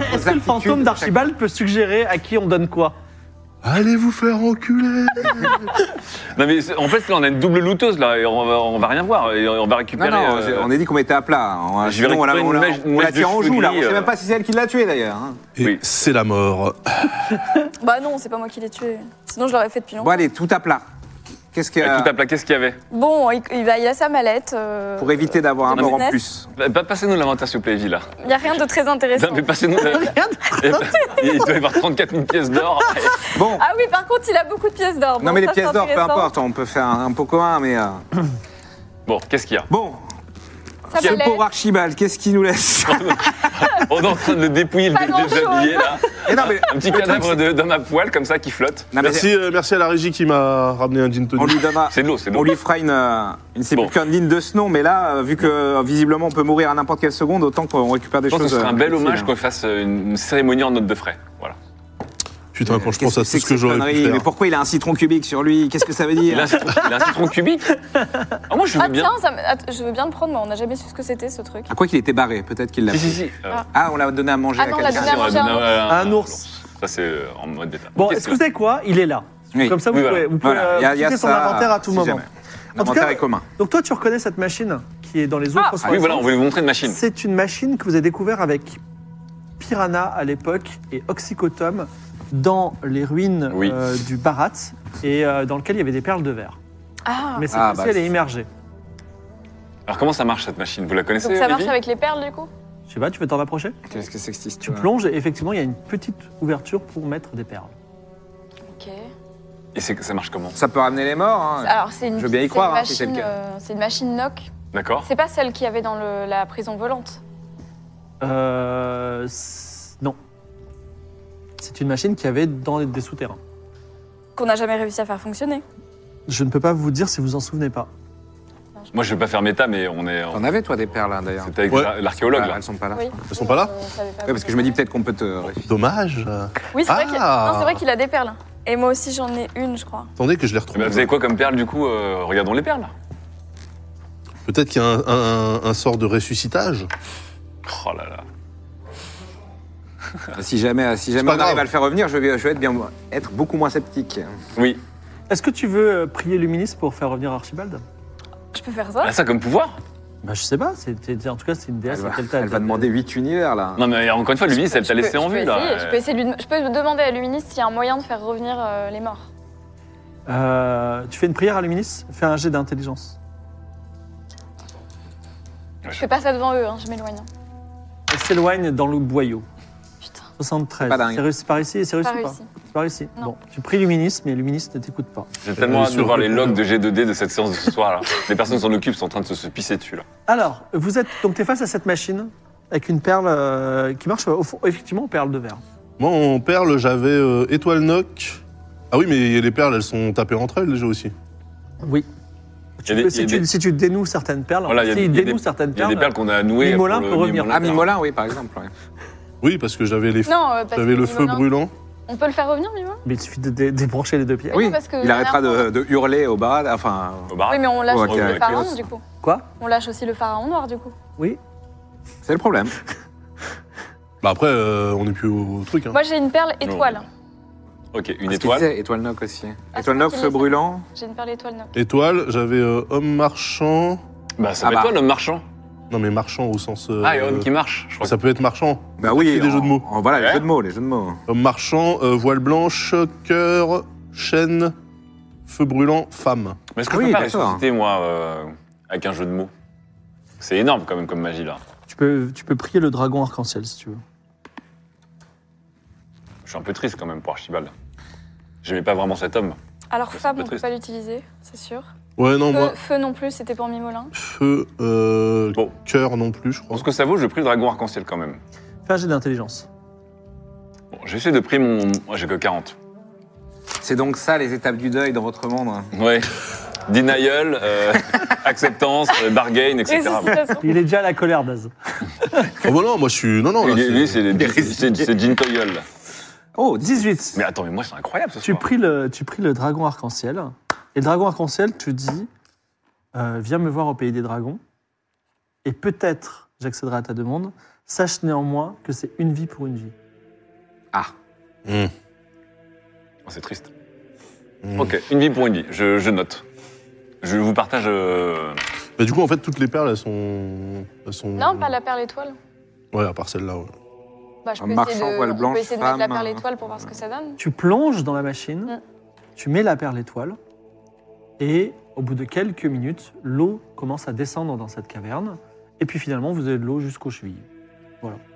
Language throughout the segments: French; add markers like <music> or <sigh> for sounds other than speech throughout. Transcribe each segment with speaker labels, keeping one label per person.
Speaker 1: Est-ce que le
Speaker 2: attitudes
Speaker 1: fantôme
Speaker 2: de
Speaker 1: d'Archibald peut suggérer à qui on donne quoi
Speaker 3: Allez vous faire enculer
Speaker 4: Non mais c'est- en fait là on a une double lootose là et on va, on va rien voir et on va
Speaker 2: Non,
Speaker 4: récupérer.
Speaker 2: non,
Speaker 4: euh,
Speaker 2: j'ai- on a dit qu'on mettait à plat. On,
Speaker 4: je vais
Speaker 2: sinon, on la,
Speaker 4: récupérer
Speaker 2: on
Speaker 4: une
Speaker 2: la-
Speaker 4: mèche-
Speaker 2: on
Speaker 4: une
Speaker 2: la
Speaker 4: mèche de
Speaker 2: tire en joue, là. On
Speaker 4: cheville,
Speaker 2: sait
Speaker 4: euh.
Speaker 2: même pas si c'est elle qui l'a tué, d'ailleurs. hein.
Speaker 3: Et
Speaker 4: Oui. Ah,
Speaker 3: c'est la mort.
Speaker 5: Bah non, c'est pas moi qui l'ai tué. Sinon, je l'aurais fait depuis
Speaker 2: Bon,
Speaker 5: longtemps.
Speaker 2: allez, tout à plat. Qu'est-ce qu'il y
Speaker 4: avec
Speaker 2: a
Speaker 4: Bah, Tout à plat, qu'est-ce qu'il y avait
Speaker 5: Bon, il, il a, il a sa mallette. euh,
Speaker 2: pour éviter d'avoir un
Speaker 5: dans
Speaker 2: mort en
Speaker 5: business.
Speaker 2: plus
Speaker 4: Bah, pa- Passez-nous l'inventaire s'il vous plaît, Evie là.
Speaker 5: Il n'y a rien de très intéressant.
Speaker 4: Non mais passez-nous. la- <laughs> Il doit y avoir 34 000 pièces d'or.
Speaker 2: Bon,
Speaker 5: Ah oui, par contre, il a beaucoup de pièces d'or.
Speaker 2: non,
Speaker 5: Bon,
Speaker 2: mais les
Speaker 5: ça,
Speaker 2: pièces
Speaker 5: c'est
Speaker 2: d'or, peu
Speaker 5: intéressant.
Speaker 2: importe, on peut faire un, un pot commun, mais. euh,
Speaker 4: Bon, qu'est-ce qu'il y a
Speaker 2: Bon,
Speaker 5: Ça
Speaker 2: ce
Speaker 5: me
Speaker 2: pauvre
Speaker 5: lève.
Speaker 2: Archibald, qu'est-ce qu'il nous laisse
Speaker 4: On est en train de le dépouiller, le
Speaker 5: Pas grand-chose.
Speaker 4: déshabiller là.
Speaker 2: Et non, Ah, mais
Speaker 4: Un petit
Speaker 2: le truc,
Speaker 4: cadavre
Speaker 2: c'est-
Speaker 4: de- d'homme à poil comme ça qui flotte.
Speaker 2: Non, mais
Speaker 3: Merci, euh, merci à la régie qui m'a ramené un jean
Speaker 2: On
Speaker 3: tonic.
Speaker 2: lui donnera.
Speaker 4: C'est de l'eau, c'est de
Speaker 2: On
Speaker 4: l'eau.
Speaker 2: lui fera une, euh, une sépulture digne de ce nom, mais là, euh, vu que euh, visiblement on peut mourir à n'importe quelle seconde, autant qu'on récupère des
Speaker 4: Je pense que
Speaker 2: choses.
Speaker 4: ce serait un
Speaker 2: euh,
Speaker 4: bel
Speaker 2: utiles,
Speaker 4: hommage
Speaker 2: hein.
Speaker 4: qu'on fasse euh, une cérémonie en note de frais. Voilà.
Speaker 3: Putain, quand je
Speaker 2: Qu'est-ce
Speaker 3: pense à tout
Speaker 2: c'est
Speaker 3: ce que
Speaker 2: cette
Speaker 3: j'aurais
Speaker 2: connerie
Speaker 3: pu
Speaker 2: Mais
Speaker 3: faire.
Speaker 2: pourquoi il a un citron cubique sur lui Qu'est-ce que ça veut
Speaker 4: Il a un
Speaker 2: dire
Speaker 4: citron, il a un citron cubique Ah, Moi je veux
Speaker 5: Ah
Speaker 4: bien.
Speaker 5: tiens, ça me- att- je veux bien le prendre, moi. On n'a jamais su ce que c'était, ce truc.
Speaker 2: À quoi qu'il était barré Peut-être qu'il l'a.
Speaker 4: Si, si, si. Euh,
Speaker 5: Ah.
Speaker 2: Ah, on l'a donné à manger
Speaker 5: Ah
Speaker 2: à
Speaker 5: non, on l'a
Speaker 2: quelqu'un.
Speaker 5: donné à
Speaker 4: on va
Speaker 5: manger un
Speaker 4: donner
Speaker 1: Un ours.
Speaker 4: Ça c'est euh, en mode d'état.
Speaker 1: Bon,
Speaker 4: Qu'est-ce
Speaker 1: est-ce que vous savez quoi Il est là.
Speaker 2: Oui.
Speaker 1: Comme ça, vous
Speaker 4: Oui,
Speaker 1: pouvez,
Speaker 4: voilà.
Speaker 1: vous pouvez,
Speaker 2: Voilà,
Speaker 1: euh,
Speaker 2: il y a- il y a
Speaker 1: quitter son
Speaker 2: ça,
Speaker 1: inventaire à tout
Speaker 2: si
Speaker 1: moment.
Speaker 2: jamais.
Speaker 1: En tout
Speaker 2: L'inventaire
Speaker 1: cas,
Speaker 2: est commun.
Speaker 1: Donc toi, tu reconnais cette machine qui est dans les autres
Speaker 5: Ah,
Speaker 4: Ah oui, voilà, on voulait vous montrer une machine.
Speaker 1: C'est une machine que vous avez découvert avec Piranha à l'époque et Oxycotom dans les ruines
Speaker 4: Oui.
Speaker 1: euh, du Barat et euh, dans lequel il y avait des perles de verre.
Speaker 5: Ah,
Speaker 1: Mais cette
Speaker 2: Ah,
Speaker 1: fois-ci,
Speaker 2: bah,
Speaker 1: elle est
Speaker 2: c'est-
Speaker 1: immergée.
Speaker 4: Alors comment ça marche cette machine Vous la connaissez
Speaker 5: donc ça marche
Speaker 4: Evie
Speaker 5: avec les perles, du coup
Speaker 1: Je sais pas, tu veux t'en approcher
Speaker 2: Qu'est-ce que c'est que cette
Speaker 1: Tu
Speaker 2: histoire
Speaker 1: plonges et effectivement, il y a une petite ouverture pour mettre des perles.
Speaker 5: Ok.
Speaker 4: Et c'est- ça marche comment
Speaker 2: Ça peut ramener les morts. hein.
Speaker 5: Alors, c'est une,
Speaker 2: Je veux bien y
Speaker 5: c'est
Speaker 2: croire,
Speaker 5: une
Speaker 2: hein, si c'est le
Speaker 5: machine,
Speaker 2: cas.
Speaker 5: euh, c'est une machine knock.
Speaker 4: D'accord
Speaker 5: C'est pas celle qu'il y avait dans le- la prison volante.
Speaker 1: Euh, c- non. C'est une machine qui avait dans des souterrains.
Speaker 5: Qu'on n'a jamais réussi à faire fonctionner.
Speaker 1: Je ne peux pas vous dire si vous en souvenez pas.
Speaker 4: Moi je vais pas faire méta, mais on est.
Speaker 2: T'en avais, toi, des perles, hein, d'ailleurs.
Speaker 4: C'est avec
Speaker 3: Ouais.
Speaker 4: la- l'archéologue
Speaker 2: Ah,
Speaker 4: là.
Speaker 2: Elles sont pas là.
Speaker 5: Oui.
Speaker 3: Elles sont pas là
Speaker 5: on savait pas
Speaker 2: Ouais, parce que je me dis peut-être qu'on peut te.
Speaker 3: Dommage.
Speaker 5: Oui, c'est vrai qu'il-
Speaker 3: Ah.
Speaker 5: non, c'est vrai qu'il a des perles. hein. Et moi aussi, j'en ai une, je crois.
Speaker 3: Attendez que je les
Speaker 4: Eh
Speaker 3: retrouve.
Speaker 4: ben, vous avez quoi comme perle du coup euh, Regardons les perles.
Speaker 3: Peut-être qu'il y a un, un- un- un sort de ressuscitage.
Speaker 4: Oh là là.
Speaker 2: Si jamais, euh, si jamais
Speaker 3: pas
Speaker 2: on arrive
Speaker 3: grave.
Speaker 2: à le faire revenir, je vais, je vais être, bien, être beaucoup moins sceptique.
Speaker 4: Oui.
Speaker 1: Est-ce que tu veux euh, prier Luminis pour faire revenir Archibald
Speaker 5: Je peux faire
Speaker 4: Elle
Speaker 5: ça
Speaker 4: a Ah, ça comme pouvoir
Speaker 1: bah, Je sais pas. c'est- c'est- en tout cas, c'est une
Speaker 2: Elle
Speaker 1: déesse.
Speaker 2: va,
Speaker 1: laquelle t'as-
Speaker 2: elle va
Speaker 1: t'as-
Speaker 2: demander 8 univers, là.
Speaker 4: Non mais euh, encore une fois, Luminis, elle t'a
Speaker 5: Je peux-
Speaker 4: laissé en
Speaker 5: je peux
Speaker 4: vue là.
Speaker 5: essayer, Je peux, essayer de lui dem- je peux demander à Luminis s'il y a un moyen de faire revenir euh, les morts.
Speaker 1: Euh, tu fais une prière à Luminis Fais un jet d'intelligence.
Speaker 5: Je fais pas ça devant eux, hein, je m'éloigne.
Speaker 1: Elle s'éloigne dans le boyau.
Speaker 5: Putain,
Speaker 1: 73.
Speaker 2: Pas dingue.
Speaker 1: C'est réussi- C'est par ici et c'est réussi
Speaker 5: pas
Speaker 1: ou pas
Speaker 5: réussi.
Speaker 1: C'est par ici.
Speaker 5: Non.
Speaker 1: Bon, tu pries Luminis, mais Luminis ne t'écoute pas.
Speaker 4: J'ai tellement
Speaker 3: Euh,
Speaker 4: hâte de
Speaker 3: sur-
Speaker 4: voir les logs de G2D de cette séance de ce soir là. <laughs> Les personnes qui s'en occupent sont en train de se, se pisser dessus là.
Speaker 1: Alors, vous êtes donc t'es face à cette machine avec une perle euh, qui marche au fond, effectivement aux perles de verre.
Speaker 3: Moi, en perle, j'avais euh, étoile knock. Ah oui, mais les perles, elles sont tapées entre elles déjà aussi.
Speaker 1: Oui.
Speaker 4: Il y a des- il y
Speaker 1: si,
Speaker 4: a
Speaker 1: tu,
Speaker 4: des-
Speaker 1: si tu dénoues certaines perles,
Speaker 4: Voilà, il y a
Speaker 1: si
Speaker 4: des-
Speaker 1: il
Speaker 4: il y a
Speaker 1: dénoue
Speaker 4: des-
Speaker 1: certaines
Speaker 4: Il y a
Speaker 1: perles,
Speaker 4: des perles qu'on a nouées.
Speaker 1: Mimolin
Speaker 4: pour le
Speaker 1: peut revenir.
Speaker 2: Ah,
Speaker 4: Mimolin.
Speaker 2: Mimolin, oui, par exemple. ouais.
Speaker 5: Euh,
Speaker 3: Oui, parce que j'avais les.
Speaker 5: Non, euh, parce
Speaker 3: J'avais
Speaker 5: que
Speaker 3: le feu
Speaker 5: Mimolin-
Speaker 3: brûlant.
Speaker 5: On peut le faire revenir, Mimo
Speaker 1: mais il suffit de dé- débrancher les deux pieds.
Speaker 5: Oui,
Speaker 2: Oui,
Speaker 5: parce que
Speaker 2: il
Speaker 5: la
Speaker 2: arrêtera
Speaker 5: dernière
Speaker 2: de, de hurler au bar. Enfin,
Speaker 4: Au bar.
Speaker 5: Oui, mais on lâche
Speaker 2: Ouais,
Speaker 5: aussi
Speaker 2: ok,
Speaker 5: le
Speaker 2: ok.
Speaker 5: pharaon, du coup.
Speaker 1: Quoi
Speaker 5: On lâche aussi le pharaon noir, du coup.
Speaker 1: Oui.
Speaker 2: c'est le problème.
Speaker 3: Bah après, euh, on n'est plus au, au truc. hein.
Speaker 5: Moi, j'ai une perle étoile.
Speaker 4: Ok, une
Speaker 2: Parce qu'il
Speaker 4: étoile.
Speaker 2: disait étoile Noc aussi.
Speaker 5: Ah,
Speaker 2: étoile Noc,
Speaker 5: c'est moi
Speaker 2: feu
Speaker 5: qui l'ai fait.
Speaker 2: brûlant.
Speaker 5: J'ai une perle étoile, non.
Speaker 3: Étoile, j'avais euh, homme marchand.
Speaker 4: Bah ça
Speaker 2: Ah
Speaker 4: va
Speaker 2: bah.
Speaker 4: être toi l'homme marchand.
Speaker 3: Non, mais marchand au sens. euh,
Speaker 4: Ah, et homme qui marche, je crois.
Speaker 3: Ça peut être marchand.
Speaker 2: Bah oui.
Speaker 3: fait des
Speaker 2: en-
Speaker 3: jeux de mots.
Speaker 2: en- voilà, les
Speaker 4: Ouais.
Speaker 2: jeux de mots, les jeux de mots.
Speaker 3: Homme marchand, euh, voile blanche, cœur, chaîne, feu brûlant, femme.
Speaker 4: Mais est-ce que
Speaker 2: Ah
Speaker 4: je
Speaker 2: oui,
Speaker 4: peux pas
Speaker 2: d'accord.
Speaker 4: ressusciter, moi, euh, avec un jeu de mots C'est énorme, quand même, comme magie, là.
Speaker 1: Tu peux, tu peux prier le dragon arc-en-ciel si tu veux.
Speaker 4: Je Je suis un peu triste quand même pour Archibald. J'aimais pas vraiment cet homme.
Speaker 5: Alors,
Speaker 4: Ça, c'est un
Speaker 5: femme,
Speaker 4: peu
Speaker 5: on peut
Speaker 4: triste.
Speaker 5: pas l'utiliser, c'est sûr.
Speaker 3: Ouais, non,
Speaker 5: Feu,
Speaker 3: moi,
Speaker 5: feu non plus, c'était pour Mimolin.
Speaker 3: feu, euh,
Speaker 4: Bon.
Speaker 3: cœur non plus, je crois. Oh,
Speaker 4: Pour ce que ça vaut, je prie le dragon arc-en-ciel quand même.
Speaker 1: Fais un jet d'intelligence.
Speaker 4: Bon, j'essaie de prier mon. Moi, j'ai que 40.
Speaker 2: C'est donc ça les étapes du deuil dans votre monde. hein.
Speaker 4: Ouais. Denial, euh, acceptance, euh, bargain, etc.
Speaker 5: Résuscitation.
Speaker 1: Il est déjà à la colère, Daz.
Speaker 3: Oh bah non, moi je suis. Non, non, là,
Speaker 4: Lui,
Speaker 3: c'est-
Speaker 4: lui, c'est c'est- c'est Jin Toyol. là.
Speaker 2: Oh, 18
Speaker 4: Mais attends, mais moi, c'est incroyable ce
Speaker 1: Tu
Speaker 4: soir.
Speaker 1: pries le, tu pries le dragon arc-en-ciel. Et le dragon arc-en-ciel te dit euh, Viens me voir au pays des dragons. Et peut-être j'accéderai à ta demande. Sache néanmoins que c'est une vie pour une vie.
Speaker 2: Ah.
Speaker 3: Mmh,
Speaker 4: Oh, C'est triste.
Speaker 3: mmh.
Speaker 4: Ok, une vie pour une vie. Je, je note. Je vous partage. euh,
Speaker 3: Mais Bah, du coup, en fait, toutes les perles, elles sont. Elles sont...
Speaker 5: Non, pas la perle étoile.
Speaker 3: Ouais, à part celle-là, ouais.
Speaker 5: Bah, je
Speaker 2: Un
Speaker 5: peux essayer
Speaker 2: marchand
Speaker 5: de,
Speaker 2: voile
Speaker 5: on peut
Speaker 2: blanche,
Speaker 5: essayer de mettre la
Speaker 2: femme,
Speaker 5: perle
Speaker 2: un-
Speaker 5: étoile pour voir ce que ça donne.
Speaker 1: Tu plonges dans la machine,
Speaker 5: Mm.
Speaker 1: tu mets la perle étoile, et au bout de quelques minutes, l'eau commence à descendre dans cette caverne. Et puis finalement, vous avez de l'eau jusqu'aux chevilles,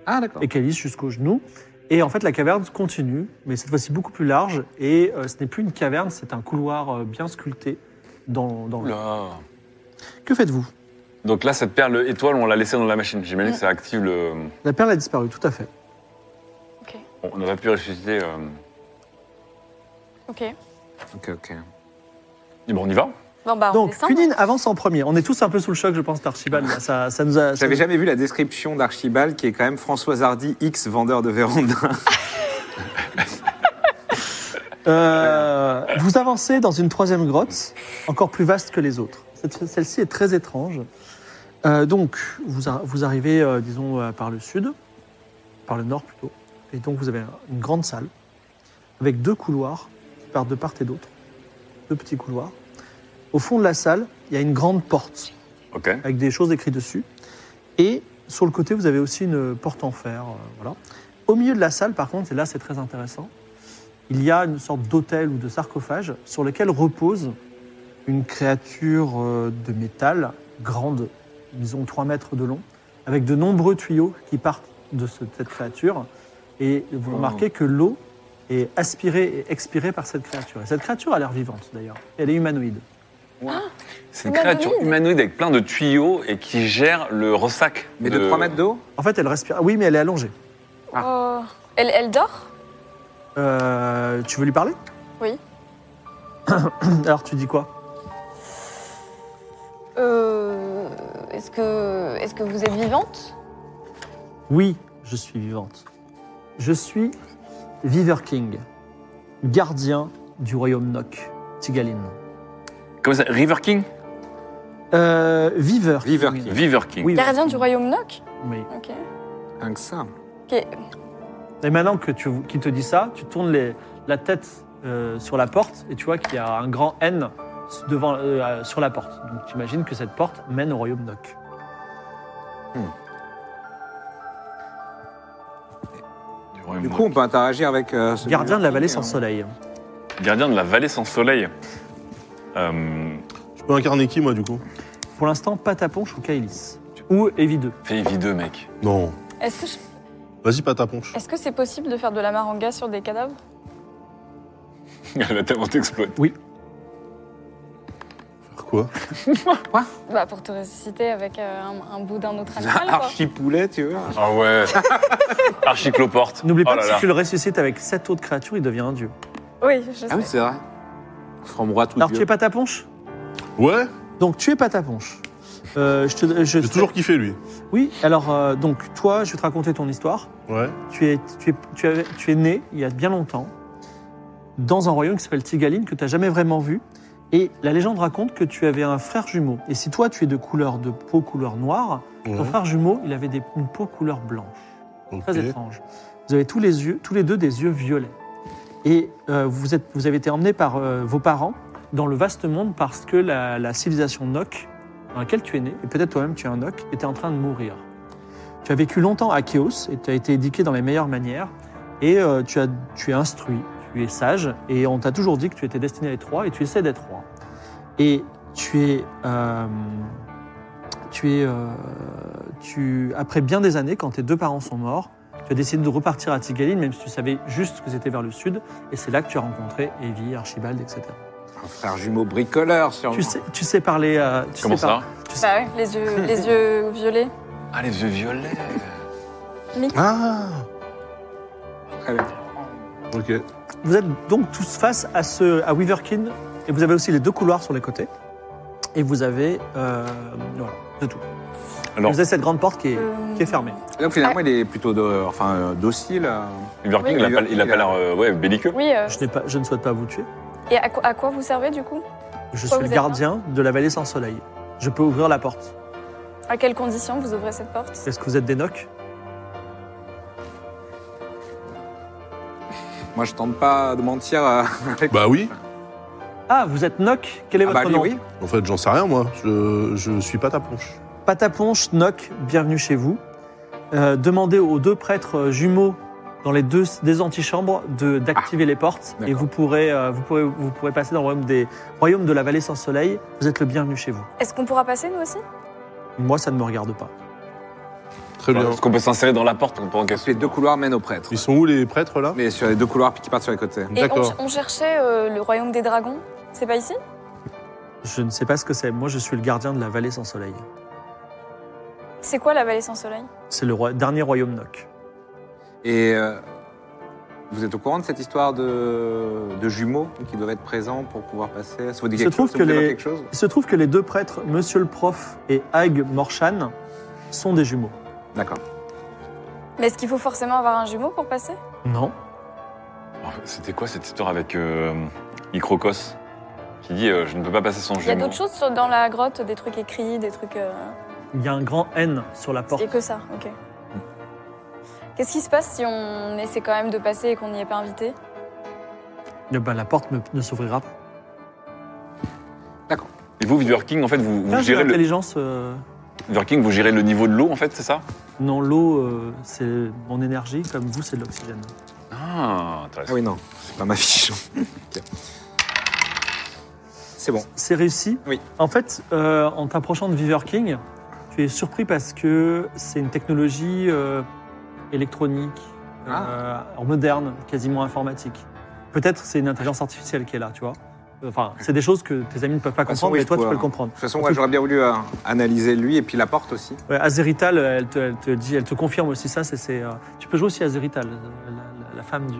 Speaker 2: Ah, d'accord.
Speaker 1: et qu'elle lisse jusqu'aux genoux. Et en fait, la caverne continue, mais cette fois-ci beaucoup plus large. Et euh, ce n'est plus une caverne, c'est un couloir euh, bien sculpté dans, dans l'eau.
Speaker 4: Oula.
Speaker 1: Que faites-vous
Speaker 4: Donc là, cette perle étoile, on l'a laissée dans la machine. J'imagine que ça active le.
Speaker 1: La perle a disparu, tout à fait.
Speaker 4: Bon, On aurait pu ressusciter. euh,
Speaker 5: Ok.
Speaker 2: Ok, ok.
Speaker 4: Bon, on y va
Speaker 5: Bon, bah, on
Speaker 1: Donc,
Speaker 5: descend.
Speaker 1: Cunine avance en premier. On est tous un peu sous le choc, je pense, d'Archibald. là. Ça, ça nous a. ça
Speaker 2: J'avais
Speaker 1: nous-
Speaker 2: jamais vu la description d'Archibald qui est quand même François Hardy X vendeur de <laughs> véranda.
Speaker 1: Euh, vous avancez dans une troisième grotte, encore plus vaste que les autres. Cette- Celle-ci est très étrange. Euh, donc, vous, a- vous arrivez, euh, disons, euh, par le sud, par le nord plutôt. Et donc, vous avez un- une grande salle avec deux couloirs qui partent de part et d'autre, deux petits couloirs. Au fond de la salle, il y a une grande porte
Speaker 4: Ok.
Speaker 1: avec des choses écrites dessus. Et sur le côté, vous avez aussi une porte en fer. euh, voilà. Au milieu de la salle, par contre, et là c'est très intéressant, il y a une sorte d'autel ou de sarcophage sur lequel repose une créature euh, de métal grande, disons 3 mètres de long, avec de nombreux tuyaux qui partent de ce- cette créature. Et vous
Speaker 2: Oh.
Speaker 1: remarquez que l'eau est aspirée et expirée par cette créature. Et cette créature a l'air vivante d'ailleurs. Elle est humanoïde.
Speaker 4: C'est une
Speaker 5: Humanoïde.
Speaker 4: créature humanoïde avec plein de tuyaux et qui gère le ressac.
Speaker 2: Mais de 3 mètres d'eau
Speaker 1: En fait, elle respire. Ah Oui, mais elle est allongée.
Speaker 5: Oh. Elle, elle dort
Speaker 1: Euh, tu veux lui parler
Speaker 5: Oui.
Speaker 1: <coughs> Alors tu dis quoi
Speaker 5: euh, Est-ce que, est que vous êtes vivante
Speaker 1: Oui, je suis vivante. Je suis Viver King, gardien du royaume Nok, Tigaline.
Speaker 4: Comment ça River King
Speaker 1: Euh, Viver.
Speaker 2: Viver King.
Speaker 4: River King.
Speaker 1: Oui,
Speaker 5: Gardien du royaume Noc
Speaker 1: oui.
Speaker 5: Ok.
Speaker 2: Rien que ça.
Speaker 5: Ok.
Speaker 1: Et maintenant que tu, qu'il te dit ça, tu tournes les- la tête euh, sur la porte et tu vois qu'il y a un grand N devant, euh, sur la porte. Donc tu imagines que cette porte mène au royaume Nok.
Speaker 2: Du coup, on peut interagir avec. euh, ce
Speaker 1: Gardien de la vallée
Speaker 2: King,
Speaker 1: sans
Speaker 2: hein.
Speaker 1: soleil.
Speaker 4: Gardien de la vallée sans soleil. Euh,
Speaker 3: Je peux incarner qui, moi, du coup
Speaker 1: Pour l'instant, Pataponche ou Kailis. Ou Evie 2.
Speaker 4: fais Evie 2, mec. <laughs>
Speaker 3: Non.
Speaker 5: Est-ce que je-
Speaker 3: Vas-y, pas ta ponche.
Speaker 5: est-ce que c'est possible de faire de la maranga sur des cadavres
Speaker 4: Elle va tellement t'exploiter.
Speaker 3: Faire quoi
Speaker 5: Bah, pour te ressusciter avec euh, un, un bout d'un autre animal,
Speaker 2: <laughs>
Speaker 5: quoi.
Speaker 2: Archipoulet, tu vois.
Speaker 4: Ah ouais. Archicloporte.
Speaker 1: N'oublie pas
Speaker 4: Oh là
Speaker 1: que
Speaker 4: là.
Speaker 1: si tu le ressuscites avec sept autres créatures, il devient un dieu.
Speaker 5: Oui, je
Speaker 2: Ah oui,
Speaker 5: sais.
Speaker 2: c'est vrai. From what we
Speaker 1: Alors
Speaker 2: do.
Speaker 1: tu es Pataponche
Speaker 3: Ouais,
Speaker 1: Donc tu es Pataponche. Euh, je te, je
Speaker 3: j'ai
Speaker 1: te-
Speaker 3: toujours kiffé, lui.
Speaker 1: Oui, alors euh, donc toi, je vais te raconter ton histoire.
Speaker 3: Ouais.
Speaker 1: Tu es, tu, es, tu, avais- tu es né il y a bien longtemps dans un royaume qui s'appelle Tigaline que tu n'as jamais vraiment vu. Et la légende raconte que tu avais un frère jumeau. Et si toi, tu es de couleur de peau couleur noire,
Speaker 3: ouais.
Speaker 1: ton frère jumeau, il avait des, une peau couleur blanche.
Speaker 3: ok.
Speaker 1: Très étrange. Vous avez tous les, yeux, tous les deux des yeux violets. Et euh, vous, êtes, vous avez été emmenés par euh, vos parents dans le vaste monde parce que la, la civilisation Nok, dans laquelle tu es né, et peut-être toi-même tu es un Nok, était en train de mourir. Tu as vécu longtemps à Chaos et tu as été éduqué dans les meilleures manières. Et euh, tu, as, tu es instruit, tu es sage, et on t'a toujours dit que tu étais destiné à être roi, et tu essaies d'être roi. Et tu es. euh, tu es. euh, tu, après bien des années, quand tes deux parents sont morts, Tu as décidé de repartir à Tigaline, même si tu savais juste que c'était vers le sud. Et c'est là que tu as rencontré Evie, Archibald, etc.
Speaker 2: Un frère jumeau bricoleur, sûrement.
Speaker 1: Tu sais, tu sais parler. euh, tu
Speaker 4: Comment
Speaker 1: sais par-
Speaker 4: ça
Speaker 1: tu sais-
Speaker 5: Bah ouais, les
Speaker 2: <laughs>
Speaker 5: yeux, les yeux violets.
Speaker 4: Ah, les yeux violets.
Speaker 3: Ah
Speaker 2: Très bien.
Speaker 3: Ok.
Speaker 1: Vous êtes donc tous face à, ce, à Weaverkin. Et vous avez aussi les deux couloirs sur les côtés. Et vous avez. euh, voilà, c'est tout.
Speaker 4: Alors-
Speaker 1: Vous avez cette grande porte qui est,
Speaker 5: Euh,
Speaker 1: qui est fermée.
Speaker 2: Donc finalement, il est plutôt do- enfin, euh, docile. euh.
Speaker 4: Burger King,
Speaker 5: Oui.
Speaker 4: il a pas- il a pas l'air euh, ouais, belliqueux.
Speaker 5: Oui, euh,
Speaker 1: Je, n'ai pas, je ne souhaite pas vous tuer.
Speaker 5: et à, quoi- à quoi vous servez du coup
Speaker 1: Je
Speaker 5: Pourquoi
Speaker 1: suis le
Speaker 5: vous êtes là
Speaker 1: gardien de la vallée sans soleil. Je peux ouvrir la porte.
Speaker 5: À quelles conditions vous ouvrez cette porte
Speaker 1: Est-ce que vous êtes des nocs
Speaker 2: Moi, je tente pas de mentir. euh, <laughs> avec-
Speaker 3: Bah oui.
Speaker 1: Ah, vous êtes Noc Quel est
Speaker 2: Ah
Speaker 1: votre
Speaker 2: bah lui,
Speaker 1: nom
Speaker 2: oui.
Speaker 3: En fait, j'en sais rien, moi. Je, je suis pas ta ponche.
Speaker 1: Pataponche, Noc, bienvenue chez vous. Euh, demandez aux deux prêtres euh, jumeaux dans les deux des antichambres de-
Speaker 4: Ah,
Speaker 1: d'activer les portes et
Speaker 2: d'accord.
Speaker 1: vous pourrez, euh, vous, pourrez, vous pourrez passer dans le royaume, des, royaume de la vallée sans soleil. Vous êtes le bienvenu chez vous.
Speaker 5: Est-ce qu'on pourra passer nous aussi
Speaker 1: Moi, ça ne me regarde pas.
Speaker 3: Très bien.
Speaker 4: Est-ce qu'on peut s'insérer dans la porte pendant qu'elle
Speaker 2: Les deux couloirs mènent aux prêtres.
Speaker 3: Ils sont où les prêtres là
Speaker 2: Mais sur les deux couloirs puis qui partent sur les côtés.
Speaker 5: Et on,
Speaker 3: D'accord.
Speaker 5: on cherchait euh, le royaume des dragons. C'est pas ici
Speaker 1: Je ne sais pas ce que c'est. Moi, je suis le gardien de la vallée sans soleil.
Speaker 5: C'est quoi la vallée sans soleil
Speaker 1: C'est le roi- dernier royaume Noc.
Speaker 2: Et euh, vous êtes au courant de cette histoire de, de jumeaux qui doivent être présents pour pouvoir passer Ça vous dit
Speaker 1: Il se
Speaker 2: quelque
Speaker 1: trouve
Speaker 2: chose Ça
Speaker 1: que
Speaker 2: vous évoque
Speaker 1: les-
Speaker 2: quelque chose
Speaker 1: Il se trouve que les deux prêtres, Monsieur le Prof et Hag Morshan, sont des jumeaux.
Speaker 2: D'accord.
Speaker 5: Mais est-ce qu'il faut forcément avoir un jumeau pour passer
Speaker 1: Non.
Speaker 4: Oh, C'était quoi cette histoire avec euh, Icrocos qui dit euh, je ne peux pas passer sans
Speaker 5: Il y a
Speaker 4: jumeau
Speaker 5: d'autres choses sur- dans la grotte, des trucs écrits, des trucs. euh,
Speaker 1: Il y a un grand N sur la porte.
Speaker 5: Et que ça, ok. Qu'est-ce qui se passe si on essaie quand même de passer et qu'on n'y est pas invité
Speaker 1: Eh ben, la porte ne, ne s'ouvrira pas.
Speaker 4: Et vous, Burger King, en fait, vous, vous
Speaker 1: Tiens, Ah, j'ai
Speaker 4: gérez le...
Speaker 1: l'intelligence. euh,
Speaker 4: Burger King, vous gérez le niveau de l'eau, en fait, c'est ça
Speaker 1: Non, l'eau, euh, c'est mon énergie, comme vous, c'est de l'oxygène.
Speaker 4: Ah, intéressant.
Speaker 2: Ah oui, non, c'est pas
Speaker 1: <laughs>
Speaker 2: ma fiche. Ok. C'est bon.
Speaker 1: C'est réussi.
Speaker 2: Oui.
Speaker 1: En fait, euh, en t'approchant de Viver King, tu es surpris parce que c'est une technologie euh, électronique, euh,
Speaker 2: Ah.
Speaker 1: moderne, quasiment informatique. Peut-être c'est une intelligence artificielle qui est là, tu vois. Enfin, c'est des choses que tes amis ne peuvent pas
Speaker 2: façon,
Speaker 1: comprendre,
Speaker 2: oui,
Speaker 1: mais
Speaker 2: je
Speaker 1: toi, tu
Speaker 2: pourrais-
Speaker 1: peux le comprendre.
Speaker 2: De toute façon, ouais, j'aurais bien voulu euh, analyser lui et puis la porte aussi.
Speaker 1: Ouais, Azerital, elle te, elle te dit, elle te confirme aussi ça. c'est- c'est, euh, tu peux jouer aussi Azerital, la- la- la femme du,